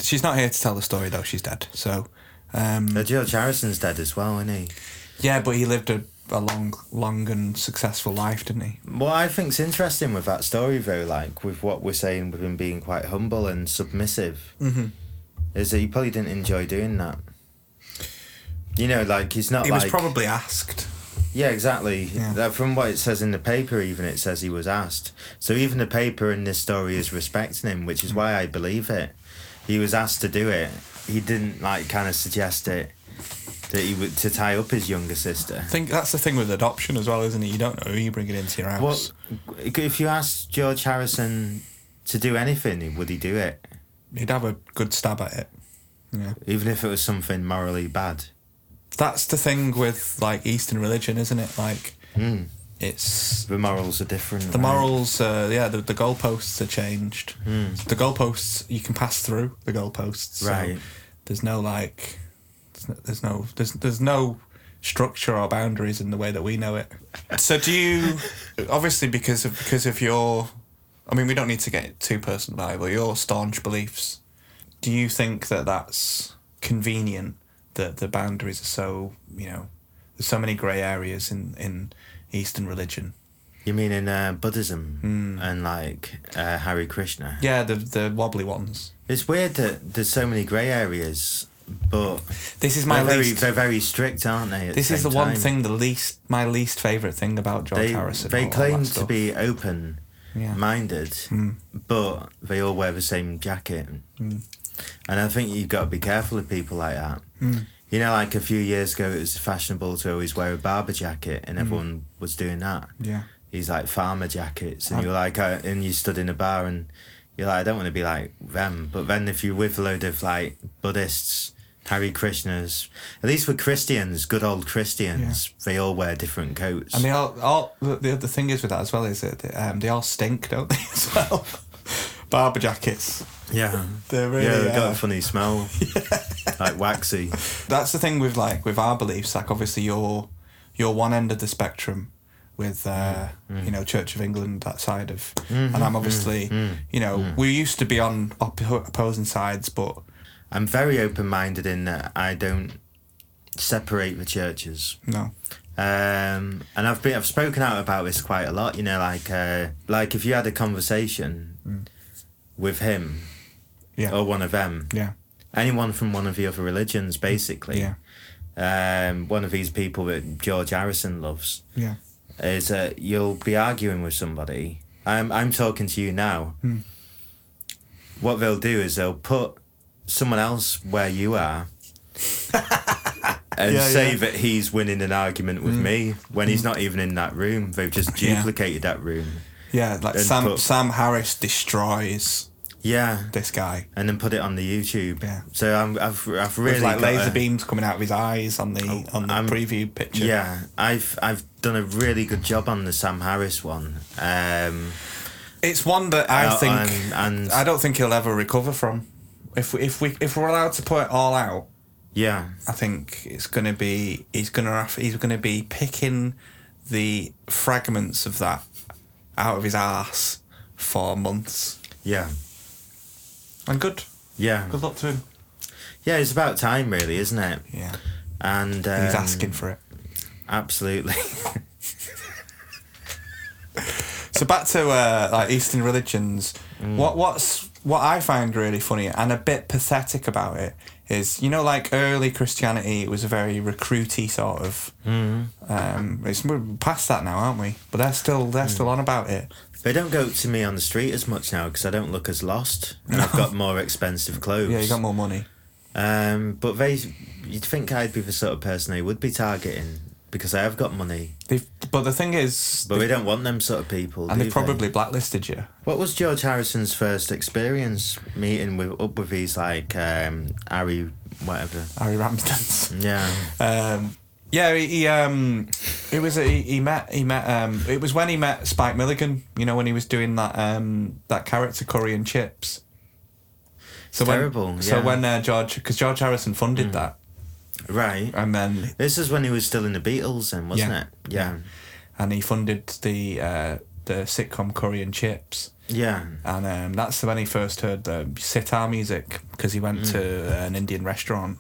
She's not here to tell the story though. She's dead. So, um, Now George Harrison's dead as well, isn't he? yeah, but he lived a, a long, long and successful life, didn't he? What I think's interesting with that story, though, like with what we're saying with him being quite humble and submissive, is that he probably didn't enjoy doing that. You know, like he's not He like was probably asked. yeah, exactly. Yeah. That- From what it says in the paper, even it says he was asked. So even the paper in this story is respecting him, Mm. which is why I believe it. He was asked to do it. He didn't like kind of suggest it that he would to tie up his younger sister. I think that's the thing with adoption as well, isn't it? You don't know who you bring it into your house. What if you asked George Harrison to do anything? Would he do it, He'd have a good stab at it. Yeah. even if it was something morally bad? That's the thing with like Eastern religion, isn't it? Like, it's The morals are different. Hmm. The right? morals, uh, yeah, the, the goalposts are changed. Hmm. The goalposts you can pass through the goalposts. so Right. there's no like, there's no, there's no there's there's no structure or boundaries in the way that we know it. So do you, obviously, because of because of your I mean, we don't need to get too personal about it, but your staunch beliefs. Do you think that that's convenient that the boundaries are so you know there's so many grey areas in in Eastern religion? You mean in uh, Buddhism and like uh, Hare Krishna? Hmm. Yeah, the the wobbly ones. It's weird that there's so many grey areas, but This is my they're very, least. they're very strict, aren't they? at this is the same one time? thing, the least, my least favorite thing about George They Harrison. they all- all claim that to stuff. be open. Yeah. Hmm. minded, but they all wear the same jacket. And I think you've got to be careful of people like that. Hmm. You know, like a few years ago, it was fashionable to always wear a barber jacket, and everyone was doing that. Hmm. Yeah. He's like farmer jackets, and I- you're like, uh, and you stood in a bar, and you're like, I don't want to be like them. But then if you're with a load of like Buddhists, Hare Krishnas, at least with Christians, good old Christians, they all wear different coats. And they all, all the, the other thing is with that as well is that um, they all stink, don't they? [laughs] As well, barber jackets. yeah, They're really. yeah, they've got uh, a [laughs] funny smell, like waxy. that's the thing with like with our beliefs. Like obviously you're you're one end of the spectrum with uh, Mm, you know Church of England that side of, Mm-hmm, and I'm obviously mm, you know we used to be on op- opposing sides, but I'm very open minded in that I don't separate the churches. no, Um, and I've been I've spoken out about this quite a lot, you know, like uh, like if you had a conversation with him Mm. yeah, or one of them, yeah, anyone from one of the other religions basically. Yeah. Um, one of these people that George Harrison loves yeah, is uh, you'll be arguing with somebody. I'm I'm talking to you now. Hmm. What they'll do is they'll put someone else where you [laughs] are. And Yeah, say yeah. Hmm. that he's winning an argument with me when he's not even in that room. They've just Yeah. duplicated that room. yeah. Like And Sam put- Sam Harris destroys Yeah, this guy. and then put it on the YouTube. Yeah. So I'm, I've I've really With like got laser a- Oh, beams coming out of his eyes on the on the I'm- preview picture. Yeah, I've I've done a really good job on the Sam Harris one. Um, It's one that I Uh, think and- and- I don't think he'll ever recover from. If we, if we if we're allowed to put it all out, yeah, I think it's gonna be he's gonna have, he's gonna be picking the fragments of that out of his ass for months. yeah, And good, yeah. good luck to him. Yeah, it's about time, really, isn't it? Yeah, And um, he's asking for it. Absolutely. [laughs] So back to uh, like Eastern religions. What what's what I find really funny and a bit pathetic about it is you know like early Christianity it was a very recruity sort of. Um, it's we're past that now, aren't we? But they're still they're still on about it. they don't go up to me on the street as much now because I don't look as lost. And [laughs] I've got more expensive clothes. Yeah, you got more money. Um, but they, you'd think I'd be the sort of person they would be targeting because I have got money. They've, but the thing is, But we don't want them sort of people. and do they probably blacklisted you. What was George Harrison's first experience meeting with up with these like um, Ari whatever? Harry Ramsden's. Yeah. Um, yeah, he, he um, it was he, he met he met um, it was when he met Spike Milligan. You know when he was doing that um, that character curry and chips. So when, Terrible, So yeah. Hmm. when uh, George, because George Harrison funded that, Right. and then This is when he was still in the Beatles, then wasn't Yeah. it? Yeah. and he funded the uh, the sitcom Curry and Chips. Yeah. And um, that's when he first heard the sitar music because he went to Mm. an Indian restaurant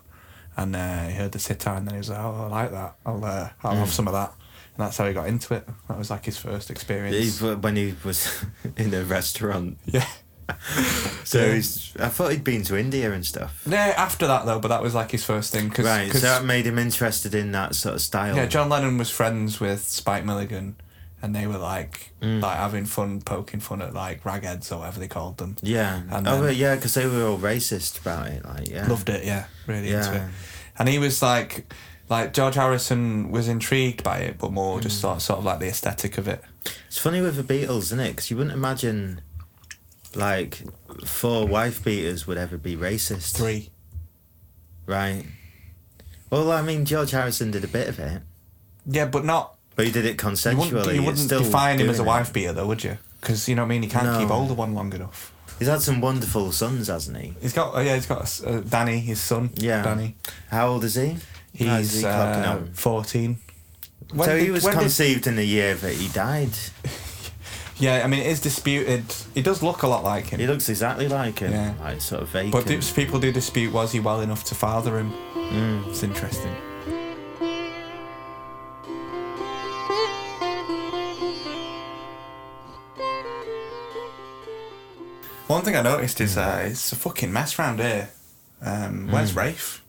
and uh, he heard the sitar and then he was like, "Oh, I like that. I'll uh, I'll Mm. have some of that." And that's how he got into it. That was like his first He, experience. when he was [laughs] in a restaurant. Yeah. [laughs] So Yeah. he's, I thought he'd been to India and stuff. No, after that though, but that was like his first thing because Right, so that made him interested in that sort of style. yeah, John Lennon was friends with Spike Milligan, and they were like Mm. like having fun, poking fun at like ragheads or whatever they called them. yeah. And oh, then- well, yeah, because they were all racist about it. Like, yeah. Loved it, yeah. Really into Yeah. it. And he was like, like George Harrison was intrigued by it, but more Mm. just sort, sort of like the aesthetic of it. It's funny with the Beatles, isn't it? Because you wouldn't imagine, like, four wife beaters would ever be racist. Three. Right. Well, I mean, George Harrison did a bit of it, Yeah, but not. but he did it You consensually. wouldn't, you It's wouldn't still define him as a doing it. wife beater, though, would you? Because you know what I mean. He can't keep No. older one long enough. He's had some wonderful sons, hasn't he? He's got, oh yeah, he's got a s- uh, Danny, his son. Yeah. Danny. How old is he? How is He's he clocking uh, up? fourteen. When so he did- was when did- conceived in the year that he died. Yeah, I mean, it is disputed. He does look a lot like him. He looks exactly like him, Yeah. like sort of vacant. But do- people do dispute was he well enough to father him? Mm. It's interesting. One thing I noticed is uh, it's a fucking mess round here. Um, Where's Mm. Rafe?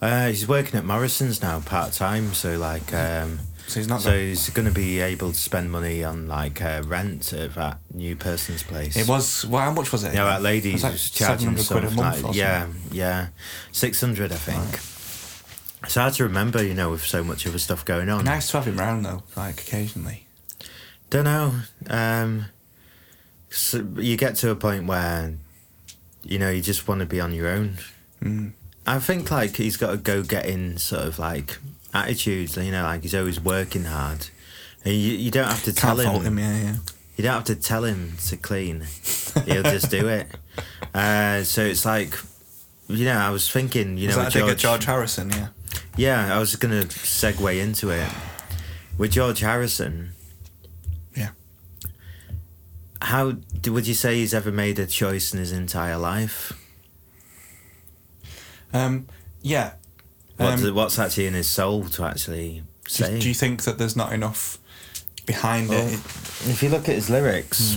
Uh, he's working at Morrison's now part time, so like, um, So he's not. so So he's going to be able to spend money on like uh, rent at that new person's place. it was. Well, how much was it? Yeah, that lady It was like was 700 charging quid a something month or like, yeah, yeah, six hundred, I think. It's hard to remember, you know, with so much other stuff going on. Nice to have him round though, like occasionally. Don't know. Um, so you get to a point where, you know, you just want to be on your own. Mm. I think like he's got a go-getting sort of like attitude. You know, like he's always working hard. And you, you don't have to tell Can't fault him. Yeah, yeah. you don't have to tell him [laughs] to clean. He'll just do it. Uh, so it's like, you know, I was thinking, you was know, that a with dig at George, George Harrison? Yeah. yeah, I was going to segue into it. With George Harrison, Yeah. how d- would you say he's ever made a choice in his entire life? Um, yeah. What Um, do- what's actually in his soul to actually Do, say? do you think that there's not enough behind Well, it? if you look at his lyrics,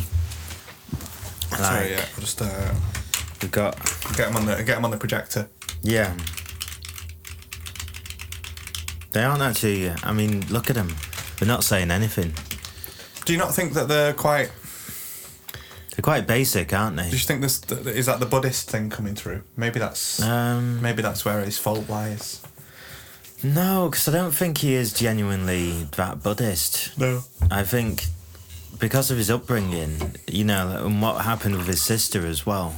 Hmm. Sorry, like, yeah. I'll just uh, we've got get him on the get him on the projector. yeah. They aren't actually. I mean, look at them. They're not saying anything. Do you not think that they're quite? They're quite basic, aren't Do they? you think this is that the Buddhist thing coming through? Maybe that's Um, maybe that's where his fault lies. No, because I don't think he is genuinely that Buddhist. No. I think because of his upbringing, you know, and what happened with his sister as well.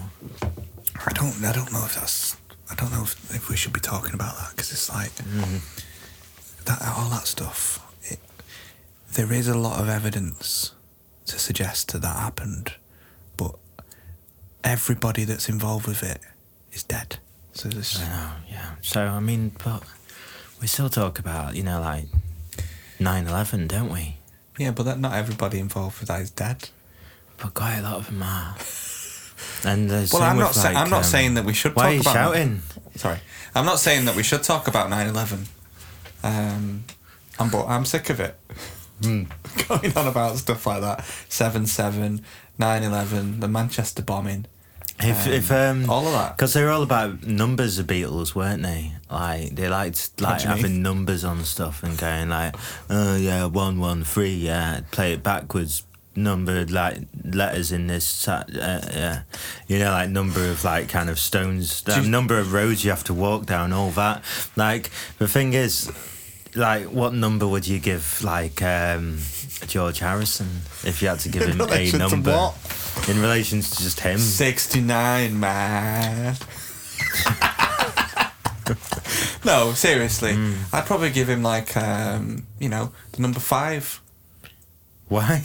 I don't. I don't know if that's. I don't know if, if we should be talking about that because it's like that. All that stuff. It, there is a lot of evidence to suggest that that happened, but everybody that's involved with it is dead. So there's I know, yeah. So, I mean, but we still talk about, you know, like 9 11, don't we? yeah, but that not everybody involved with that is dead. But quite a lot of them are. And there's Well, some I'm with, not. sa- like, I'm not um, saying that we should. Why talk are you about shouting? Sorry, I'm not saying that we should talk about 9/11. Um, I'm but I'm sick of it. Hmm. [laughs] Going on about stuff like that, seven seven, 9/11, the Manchester bombing. If, if um, all of that. because they're all about numbers. The Beatles, weren't they? Like they liked like do you mean? having numbers on stuff and going like, oh yeah, one one three, yeah, play it backwards, numbered like letters in this, sa- uh, yeah, you know, like number of like kind of stones, you- uh, number of roads you have to walk down, all that. Like the thing is. Like, what number would you give, like, um, George Harrison if you had to give In him a relation to number? what? In relation to just him. 69, man. [laughs] no, seriously, Hmm. I'd probably give him like um, you know the number five. Why?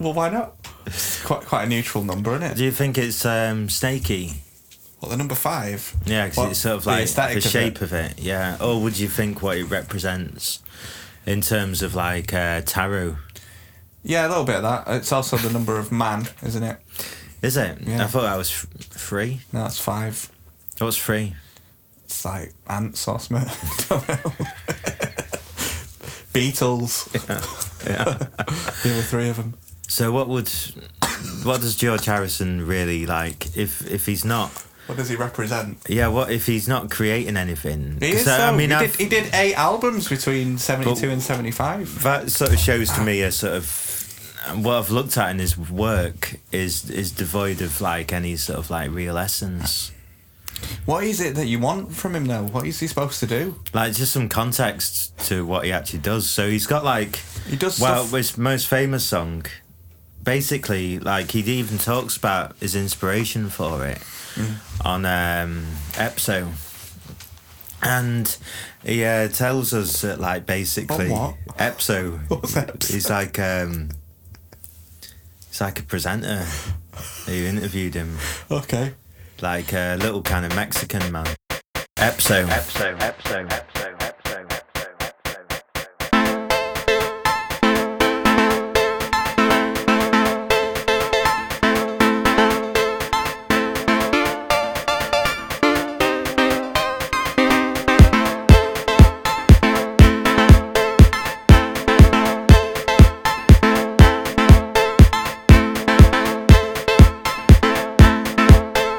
Well, why not? It's quite quite a neutral number, isn't it? Do you think it's um, snaky? Well, the number five. Yeah, because Well, it's sort of the like the, aesthetic of it. shape of it. Yeah. Or would you think what it represents in terms of like uh, tarot? Yeah, a little bit of that. It's also the number of man, isn't it? Is it? Yeah. I thought that was f- free. No, that's five. What's free? It's like ants or something. Don't know. [laughs] Beatles. there were three of them. [laughs] So what would, what does George Harrison really like? If if he's not, What does he represent? yeah, what if he's not creating anything? He 'Cause is uh, so. he, did, I've- he did eight albums between seventy-two and seventy-five. that sort of shows to me a sort of what I've looked at in his work is is devoid of like any sort of like real essence. What is it that you want from him now? What is he supposed to do? like just some context to what he actually does. So he's got like He does well stuff- his most famous song. Basically, like he even talks about his inspiration for it Mm. on um, EPSO, and he uh, tells us that like basically On [laughs] EPSO, What's EPSO? he's like um, he's like a presenter who interviewed him, Okay. like a little kind of Mexican man. EPSO. Epso, Epso, Epso, Epso, Epso, Epso, Epso. um,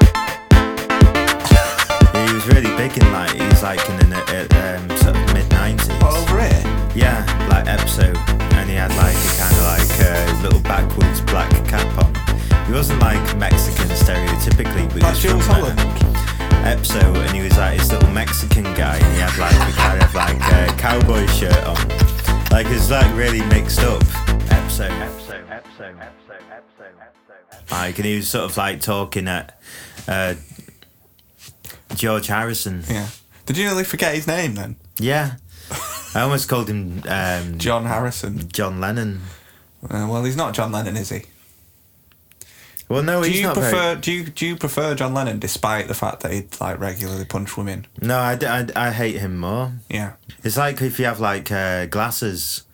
uh, He wasn't like Mexican stereotypically, but That's he was Jules from uh, Holland. Epso, and he was like this little Mexican guy, and he had like a kind of like a cowboy shirt on. Like it's like really mixed up. Epso, Epso, Epso, Epso, Epso, Epso. Epso. Like, and he was sort of like talking at uh, George Harrison. Yeah. Did you nearly forget his name then? Yeah, I almost called him um, John Harrison. John Lennon. Uh, well, he's not John Lennon, is he? Well, no, Do he's you not prefer very. do you do you prefer John Lennon despite the fact that he'd like regularly punch women? No, I, d- I d- I hate him more. Yeah. It's like if you have like uh, glasses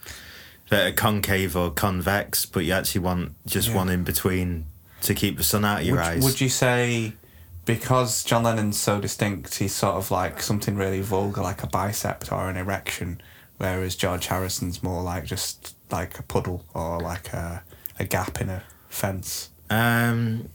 that are concave or convex, but you actually want just Yeah. one in between to keep the sun out of your would, eyes. would you say because John Lennon's so distinct, he's sort of like something really vulgar, like a bicep or an erection, whereas George Harrison's more like just like a puddle or like a a gap in a [laughs] fence. Um,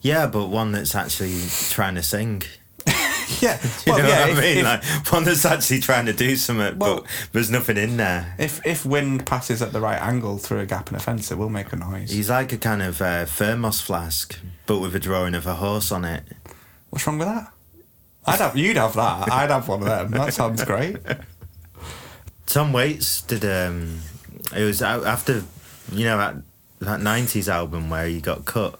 yeah, but one that's actually trying to sing. [laughs] Yeah, You well, know yeah. what if, I mean? if, like one that's actually trying to do something, Well- but there's nothing in there. if if wind passes at the right angle through a gap in a fence, it will make a noise. He's like a kind of uh, thermos flask, but with a drawing of a horse on it. What's wrong with that? I'd have you'd have that. I'd have one of them. That sounds [laughs] great. Tom Waits did. Um, it was out after, you know, that that '90s album where he got cut.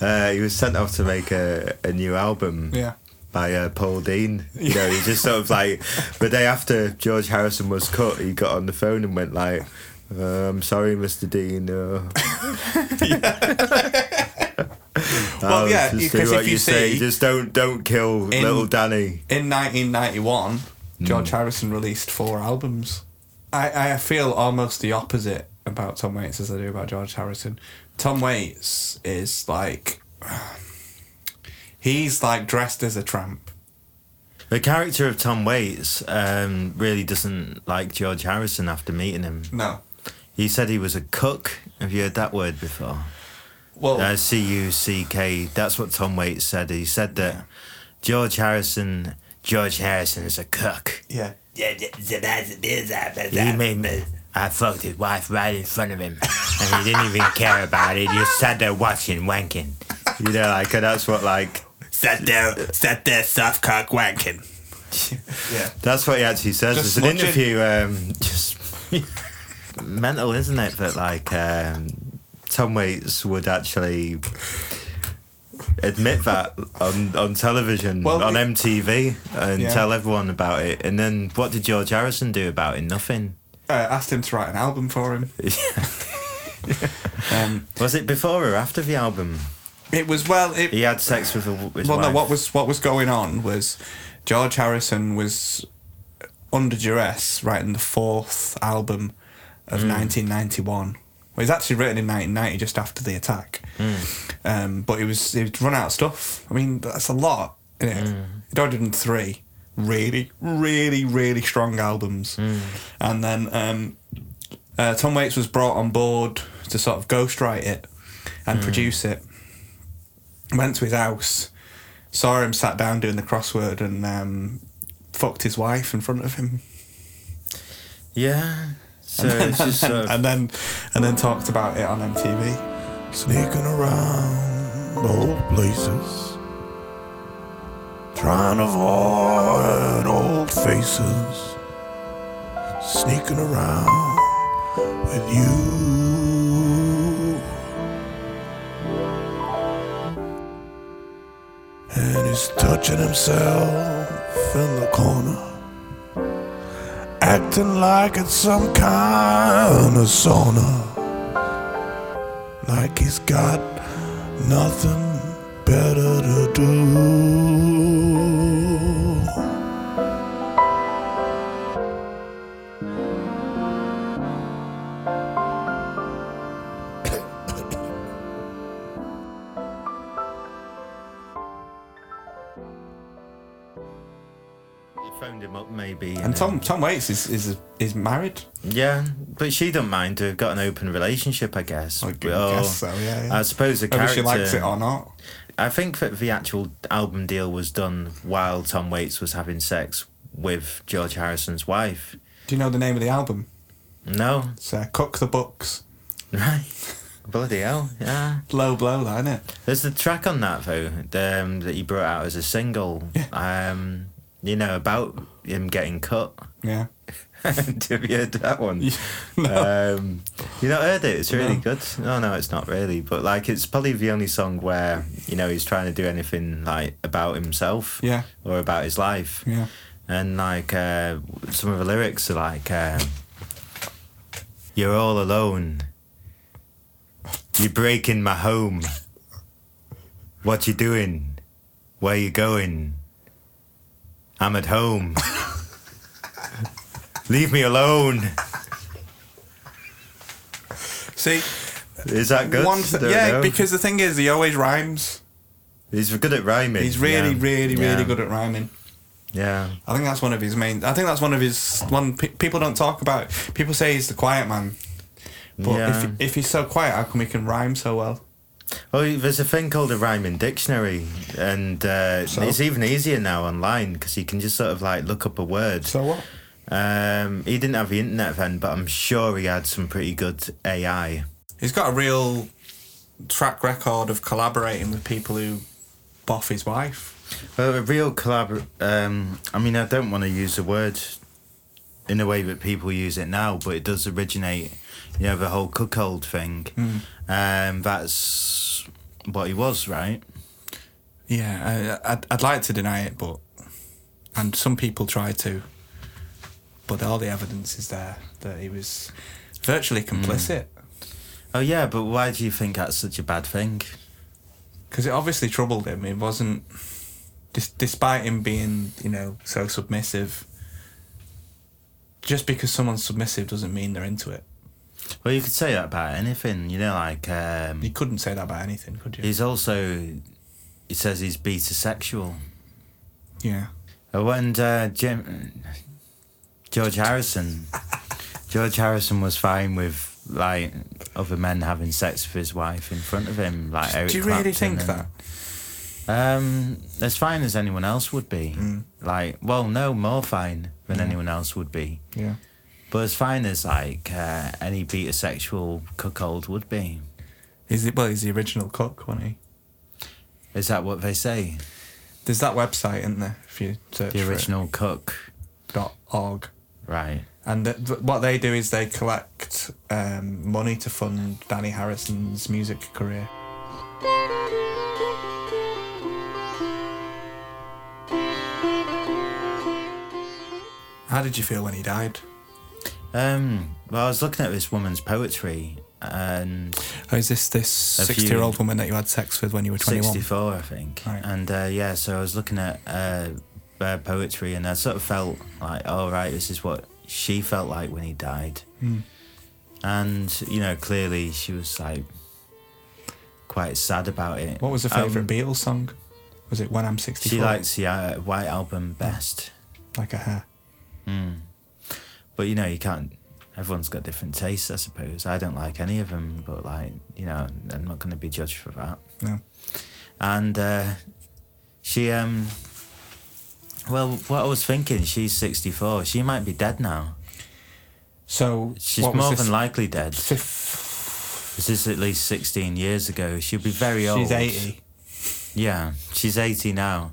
Uh, he was sent off to make a, a new album Yeah. by uh, [laughs] Paul Dean. You know, he just sort of like the day after George Harrison was cut, he got on the phone and went like, uh, "I'm sorry, Mr. Dean. Uh, Well, I'll yeah, 'cause just do if Oh, what you you, say. see- Just don't don't kill In- little Danny." In 1991, George Hmm. Harrison released four albums. I, I feel almost the opposite about Tom Waits as I do about George Harrison. Tom Waits is like. [sighs] He's like dressed as a tramp. The character of Tom Waits um, really doesn't like George Harrison after meeting him. No. He said he was a cook. Have you heard that word before? Oh. Well, Uh, C U C K. That's what Tom Waits said. He said that George Harrison, George Harrison is a cook. yeah. He made me. I fucked his wife right in front of him, and he didn't even care about it. He just sat there watching, wanking. You know, like and that's what like Sat there, sat there, soft cock wanking. Yeah. that's what he actually says. Just It's an watching. interview. Um, [laughs] just mental, isn't it? That like um, Tom Waits would actually admit that on on television Well, on the- MTV and Yeah. tell everyone about it. And then what did George Harrison do about it? Nothing. [laughs] Uh, asked him to write an album for him. um, Was it before or after the album? it was, well, it, He had sex with a, his well, wife. no. What was what was going on was George Harrison was under duress writing the fourth album of Hmm. 1991. Well, it's actually written in 1990, just after the attack. Hmm. Um, but it was it was run out of stuff. I mean, that's a lot. Isn't Hmm. it? He'd already done three really, really, really strong albums, Hmm. and then um, uh, Tom Waits was brought on board to sort of ghostwrite it Hmm. and produce it went to his house, saw him sat down doing the crossword, and um, fucked his wife in front of him, Yeah. So it's just uh, sort of, [laughs] and then and then talked about it on MTV. Sneaking around old places, trying to avoid old faces. Sneaking around with you. And he's touching himself in the corner, acting like it's some kind of sauna like he's got nothing better to do. he phoned him up maybe. And Tom Tom Waits is is is married. Yeah, but she don't mind to have got an open relationship, I guess. I gu- Well, guess so, yeah, yeah. I suppose the Whether Oh. character. she likes it or not. I think that the actual album deal was done while Tom Waits was having sex with George Harrison's wife. Do you know the name of the album? No, [laughs] It's uh, Cook the Books. right? Bloody hell! Yeah. Low blow, that isn't it? There's the track on that though the, um, that he brought out as a single. Um, you know about him getting cut. Yeah. [laughs] Have you heard that one? Yeah, [laughs] no. Um, you not heard it? It's really No. good. No, no, it's not really. But like, it's probably the only song where you know he's trying to do anything like about himself. Yeah. Or about his life. Yeah. And like, uh, some of the lyrics are like, uh, "You're all alone. You're breaking my home. What you doing? Where you going? I'm [laughs] at home." Leave me alone. See, Is that good? one th- Don't yeah, know. because the thing is, he always rhymes. he's good at rhyming. He's really, yeah. really, really Yeah. good at rhyming. Yeah, I think that's one of his main. I think that's one of his one pe- people don't talk about. People say he's the quiet man, but yeah. if, if he's so quiet, how come he can rhyme so well? oh, there's a thing called a rhyming dictionary, and uh, So? it's even easier now online because you can just sort of like look up a word. what? um, he didn't have the internet then, but I'm sure he had some pretty good AI. He's got a real track record of collaborating with people who boff his wife. Well, a real collab. Um, I mean, I don't want to use the word in the way that people use it now, but it does originate. You know, the whole cuckold thing. Um, that's what he was, right? Yeah, I, I'd, I'd like to deny it, but and some people try to, but all the evidence is there that he was virtually complicit Oh yeah, but why do you think that's such a bad thing? because it obviously troubled him. It wasn't, dis- despite him being you know so submissive. Just because someone's submissive doesn't mean they're into it. Well, you could say that about anything, you know. Like um, You couldn't say that about anything, could you? he's also, he says he's beta-sexual. yeah. Oh, and uh, Jim, [laughs] George Harrison, George Harrison was fine with like other men having sex with his wife in front of him. Like, Eric Do you really Clapton think and- that? Um, as fine as anyone else would be. Mm. Like, well, no, more fine than anyone else would be. Yeah. But as fine as like uh, any beta-sexual cuckold would be. Is it? Well, he's the original cook, wasn't he? Is that what they say? There's that website, isn't there? If you search The original cook, for it, dot org, right? and th th- what they do is they collect um, money to fund Danny Harrison's music career. How did you feel when he died? Um, well, I was looking at this woman's poetry, and Oh, is this this A few- sixty-year-old woman that you had sex with when you were twenty-one? 64, I think. Right. And uh, yeah, so I was looking at uh, her poetry, and I sort of felt like, oh, right, this is what she felt like when he died. Hmm. And you know, clearly she was like quite sad about it. What was her Um, favourite Beatles song? Was it "When I'm 64"? She likes the uh, White Album best. like a hair. Hmm. But you know, you can't. Everyone's got different tastes, I suppose. I don't like any of them, but like, you know, I'm not going to be judged for that. No. And uh, she, um, well, what I was thinking, she's 64. She might be dead now. So She's what was more this? than likely dead. Fif- This is at least 16 years ago. She'll be very old. She's 80. Yeah, she's 80 now.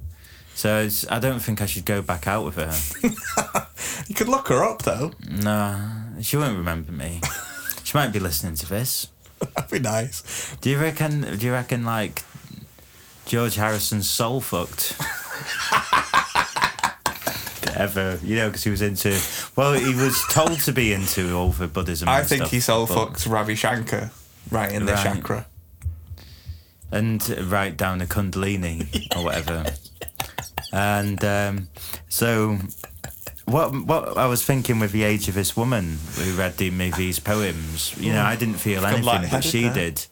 So it's, I don't think I should go back out with her. You could look her up though. [laughs] no, she won't remember me. she might be listening to this. That'd be nice. Do you reckon? Do you reckon like George Harrison's soul [laughs] fucked? Ever, you know, because he was into. Well, he was told to be into all the Buddhism. I and think stuff, he soul but- fucked Ravi Shankar right in the Right. chakra. Oh, and right down the Kundalini or whatever. And um, so, what what I was thinking with the age of this woman who read the movies poems, you know, I didn't feel anything, but lightheaded she there. did.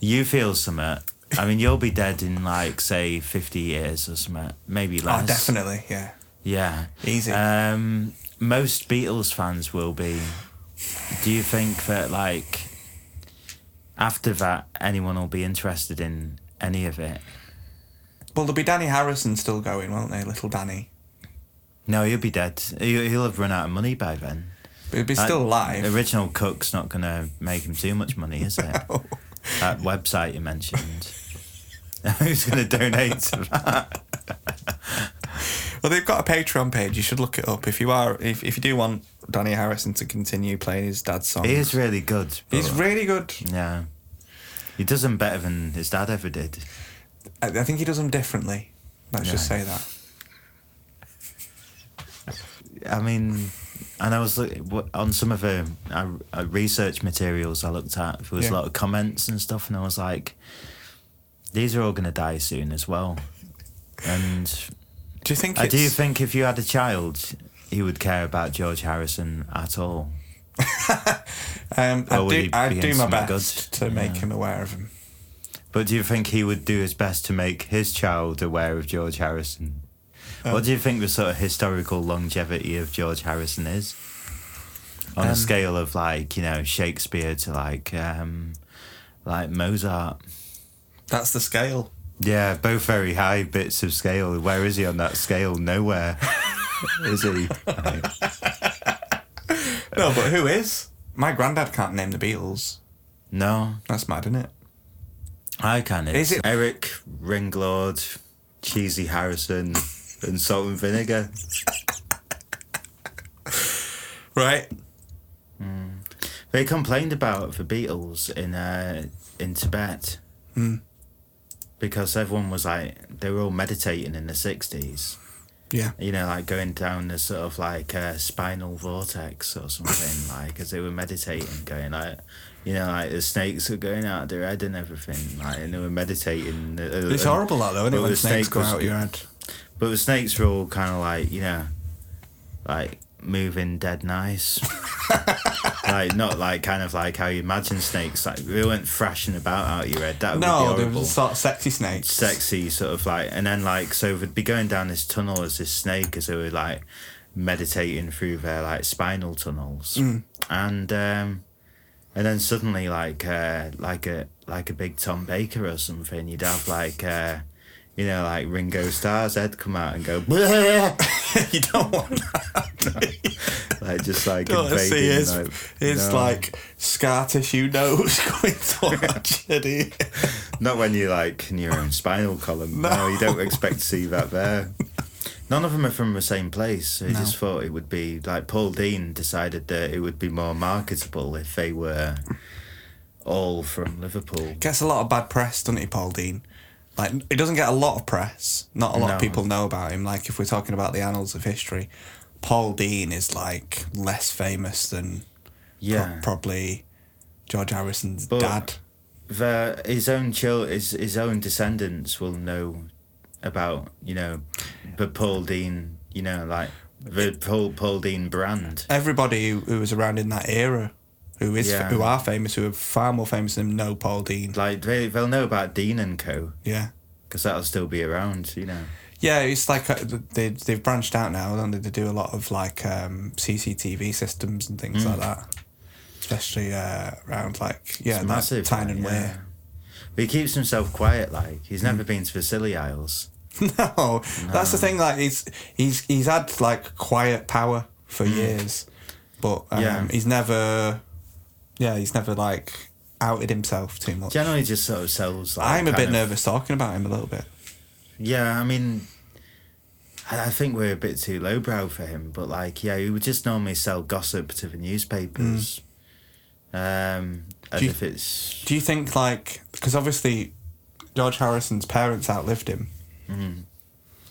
You feel something. I mean, you'll be dead in like say fifty years or something, maybe less. Oh, definitely, yeah. Yeah. Easy. Um, most Beatles fans will be. Do you think that, like, after that, anyone will be interested in any of it? Well, there'll be Danny Harrison still going, won't they? Little Danny. No, he'll be dead. He- He'll have run out of money by then. Uh, But he'll be still [laughs] Like, alive. [laughs] Original Cook's not going to make him too much money, is it? that website you mentioned. [laughs] Who's going to donate to that? Well, they've got a Patreon page. You should look it up if you are if, if you do want Danny Harrison to continue playing his dad's songs. He is really good. He's but- really good. Yeah. He does them better than his dad ever did. I, I think he does them differently. Let's just say that. I mean, and I was look, w- on some of the uh, uh, research materials I looked at. There was Yeah. a lot of comments and stuff, and I was like, "These are all going to die soon as well." And Do you think? I It's, do think if you had a child, he would care about George Harrison at all. Um, I Or would do. Oh, he I be do into my my best gut? to make Yeah. him aware of him. But do you think he would do his best to make his child aware of George Harrison? Um, what do you think the sort of historical longevity of George Harrison is? On um, a scale of like, you know, Shakespeare to like um like Mozart. That's the scale. Yeah, both very high bits of scale. Where is he on that scale? [laughs] Nowhere. is he? No, but who is? My granddad can't name the Beatles. No. That's mad, isn't it? I can. It's Is it- Eric Ringlord, Cheesy Harrison, and Salt and Vinegar? Right. They complained about the Beatles in uh, in Tibet Hmm. because everyone was like they were all meditating in the sixties. Yeah. You know, like going down the sort of like uh, spinal vortex or something, [laughs] like as they were meditating, going like, you know, like the snakes were going out their head and everything, like, and they were meditating. uh, It's uh, horrible that though, isn't it? well, When the snakes snake go was- out your head. But the snakes were all kind of like, you know, like moving [laughs] dead nice. like, not like kind of like how you imagine snakes. Like, they weren't thrashing about out your head. That would No, be they were horrible. sort of sexy snakes. Sexy, sort of like, and then like, so they'd be going down this tunnel as this snake as they were like meditating through their like spinal tunnels. Mm. And, um, and then suddenly like uh like a like a big Tom Baker or something, you'd have like uh you know, like Ringo Starr's head come out and go [laughs] [laughs] you don't want that. like just like Don't wanna see invading, his, his no. like scar tissue nose [laughs] going [laughs] towards you. do you? not when you like in your own spinal column. No. you don't expect to see that there. None of them are from the same place. So I just thought it would be like Paul Dean decided that it would be more marketable if they were all from Liverpool. Gets a lot of bad press, doesn't he, Paul Dean? Like it doesn't get a lot of press. Not a lot of No. people know about him. Like if we're talking about the annals of history, Paul Dean is like less famous than pro- Yeah. probably George Harrison's But- dad. the his own child his his own descendants will know about you know the Paul Dean you know like the Paul Paul Dean brand. Everybody who, who was around in that era, who is Yeah. who are famous, who are far more famous than him, know Paul Dean. Like they they'll know about Dean and Co. Yeah. because that'll still be around. You know. Yeah, it's like uh, th- they they've branched out now, and they do a lot of like um, CCTV systems and things like that, especially uh, around like yeah, Mm. It's that massive. Tyne like, and yeah. But he keeps himself quiet. Like he's Hmm. never been to the Scilly Isles. Wear. [laughs] No, that's the thing. Like he's he's he's had like quiet power for years, but um, Mm. Yeah. he's never yeah he's never like outed himself too much. Generally, just sort of sells. Like, I'm a bit kind of- nervous talking about him a little bit. Yeah, I mean, I I think we're a bit too lowbrow for him, but like, yeah, he would just normally sell gossip to the newspapers. Um, and Hmm. Do you- if it's Do you think like because obviously George Harrison's parents outlived him?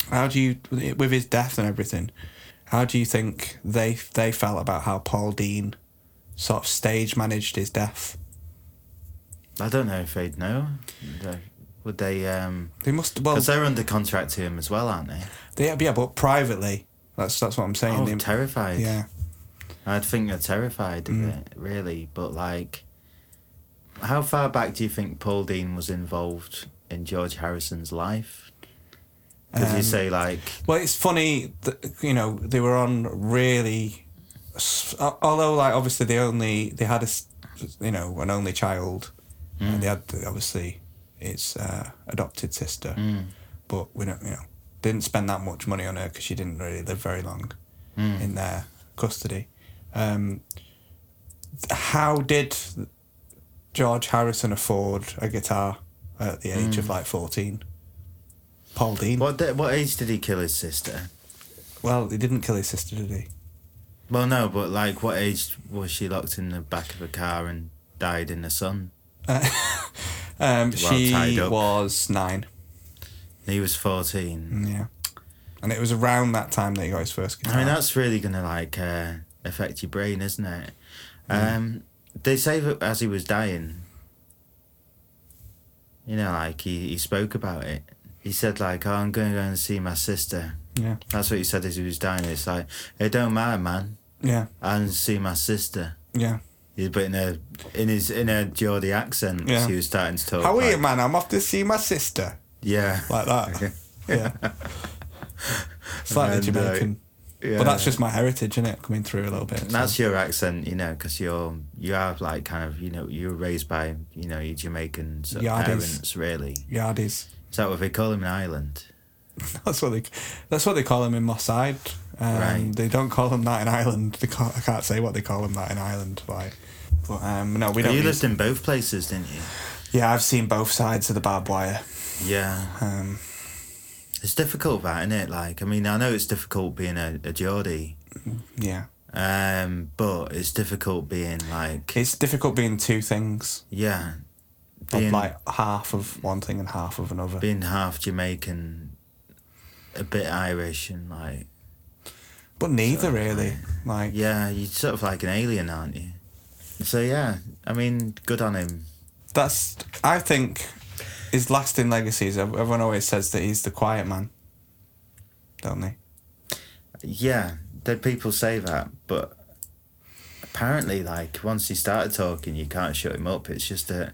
How do you with his death and everything? How do you think they they felt about how Paul Dean sort of stage managed his death? I don't know if they'd know. They- Would they? Um, They must well because they're under contract to him as well, aren't they? they, yeah, but privately. That's that's what I'm saying. Oh, They- terrified. yeah, I'd think they're terrified of it, really. But like, how far back do you think Paul Dean was involved in George Harrison's life? Because you say like, Well, it's funny that you know they were on really, s- al- although like obviously they only they had a s- you know an only child, and they had obviously its uh, adopted sister, but we don't you know didn't spend that much money on her because she didn't really live very long in their custody. Um, how did George Harrison afford a guitar at the age of like 14? Paul Dean. What di- what age did he kill his sister? Well, he didn't kill his sister, did he? Well, no, but like, what age was she locked in the back of a car and died in the sun? Um, tied she up. was nine. Mm, He was fourteen. Yeah. And it was around that time that he got his first guitar. I mean, that's really gonna like uh, affect your brain, isn't it? Um, they say that as he was dying, you know, like he, he spoke about it. He said like, "Oh, I'm gonna go and see my sister." Yeah. That's what he said as he was dying. It's like, it don't matter, man. Yeah. I'm gonna see my sister. Yeah. Yeah, but in a in his in a Geordie accent, Yeah. he was starting to talk. How are Oh, like, you, man? I'm off to see my sister. Yeah, Like that. yeah. Slightly [laughs] And, uh, Jamaican. yeah. But that's just my heritage, isn't it? Coming through a little bit. so- And that's your accent, you know, because you're you have like kind of you know you were raised by you know your Jamaican sort of Yardies. parents, really. Yardies. [laughs] Is that what they call him in Ireland? That's what they that's what they call them in Moss Side. Um, Right. They don't call them that in Ireland. They call, I can't say what they call them that in Ireland. Like, but um, no, we don't. you use- lived in both places, didn't you? yeah, I've seen both sides of the barbed wire. Yeah, Um, it's difficult, that isn't it? Like, I mean, I know it's difficult being a, a Geordie, yeah, um, but it's difficult being like it's difficult being two things. yeah, of being like half of one thing and half of another. being half Jamaican, a bit Irish, and like but neither really. Like, yeah, you're sort of like an alien, aren't you? So yeah, I mean, good on him. that's I think his lasting legacies. Everyone always says that he's the quiet man, don't they? Yeah, that people say that, but apparently, like once he started talking, you can't shut him up. It's just that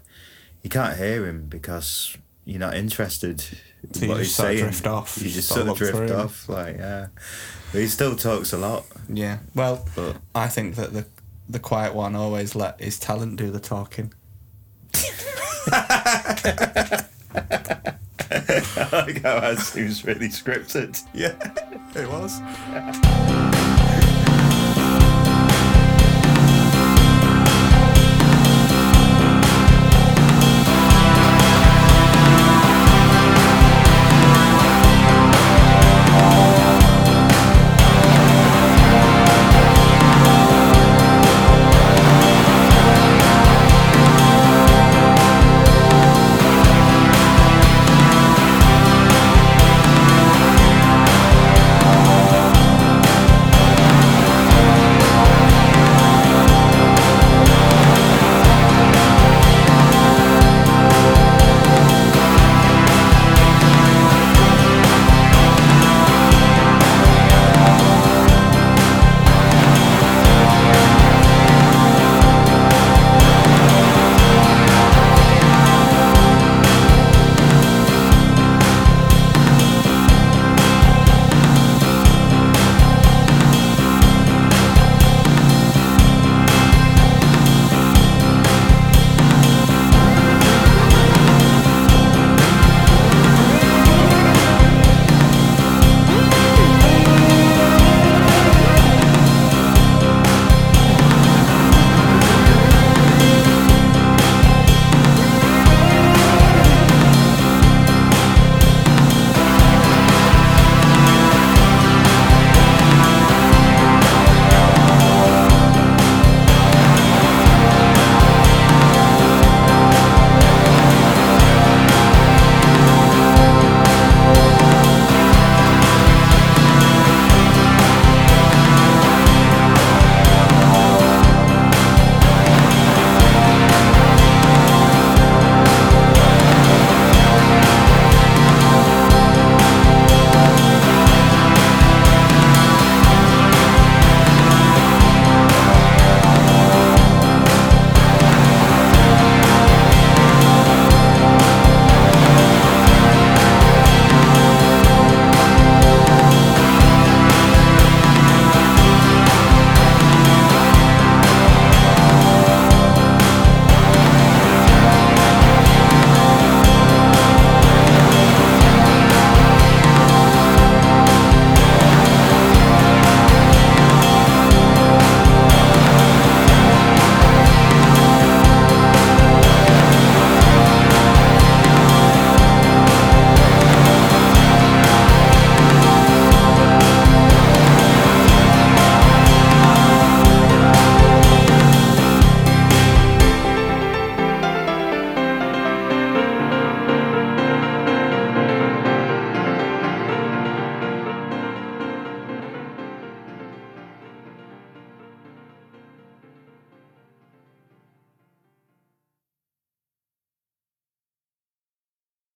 you can't hear him because you're not interested So in you what just he's sort of saying. drift off. You You just sort sort of of look drift through. off, like yeah. But he still talks a lot. [laughs] Yeah. Well, But- I think that the the quiet one always let his talent do the talking. I like how that seems really scripted. Yeah, it was.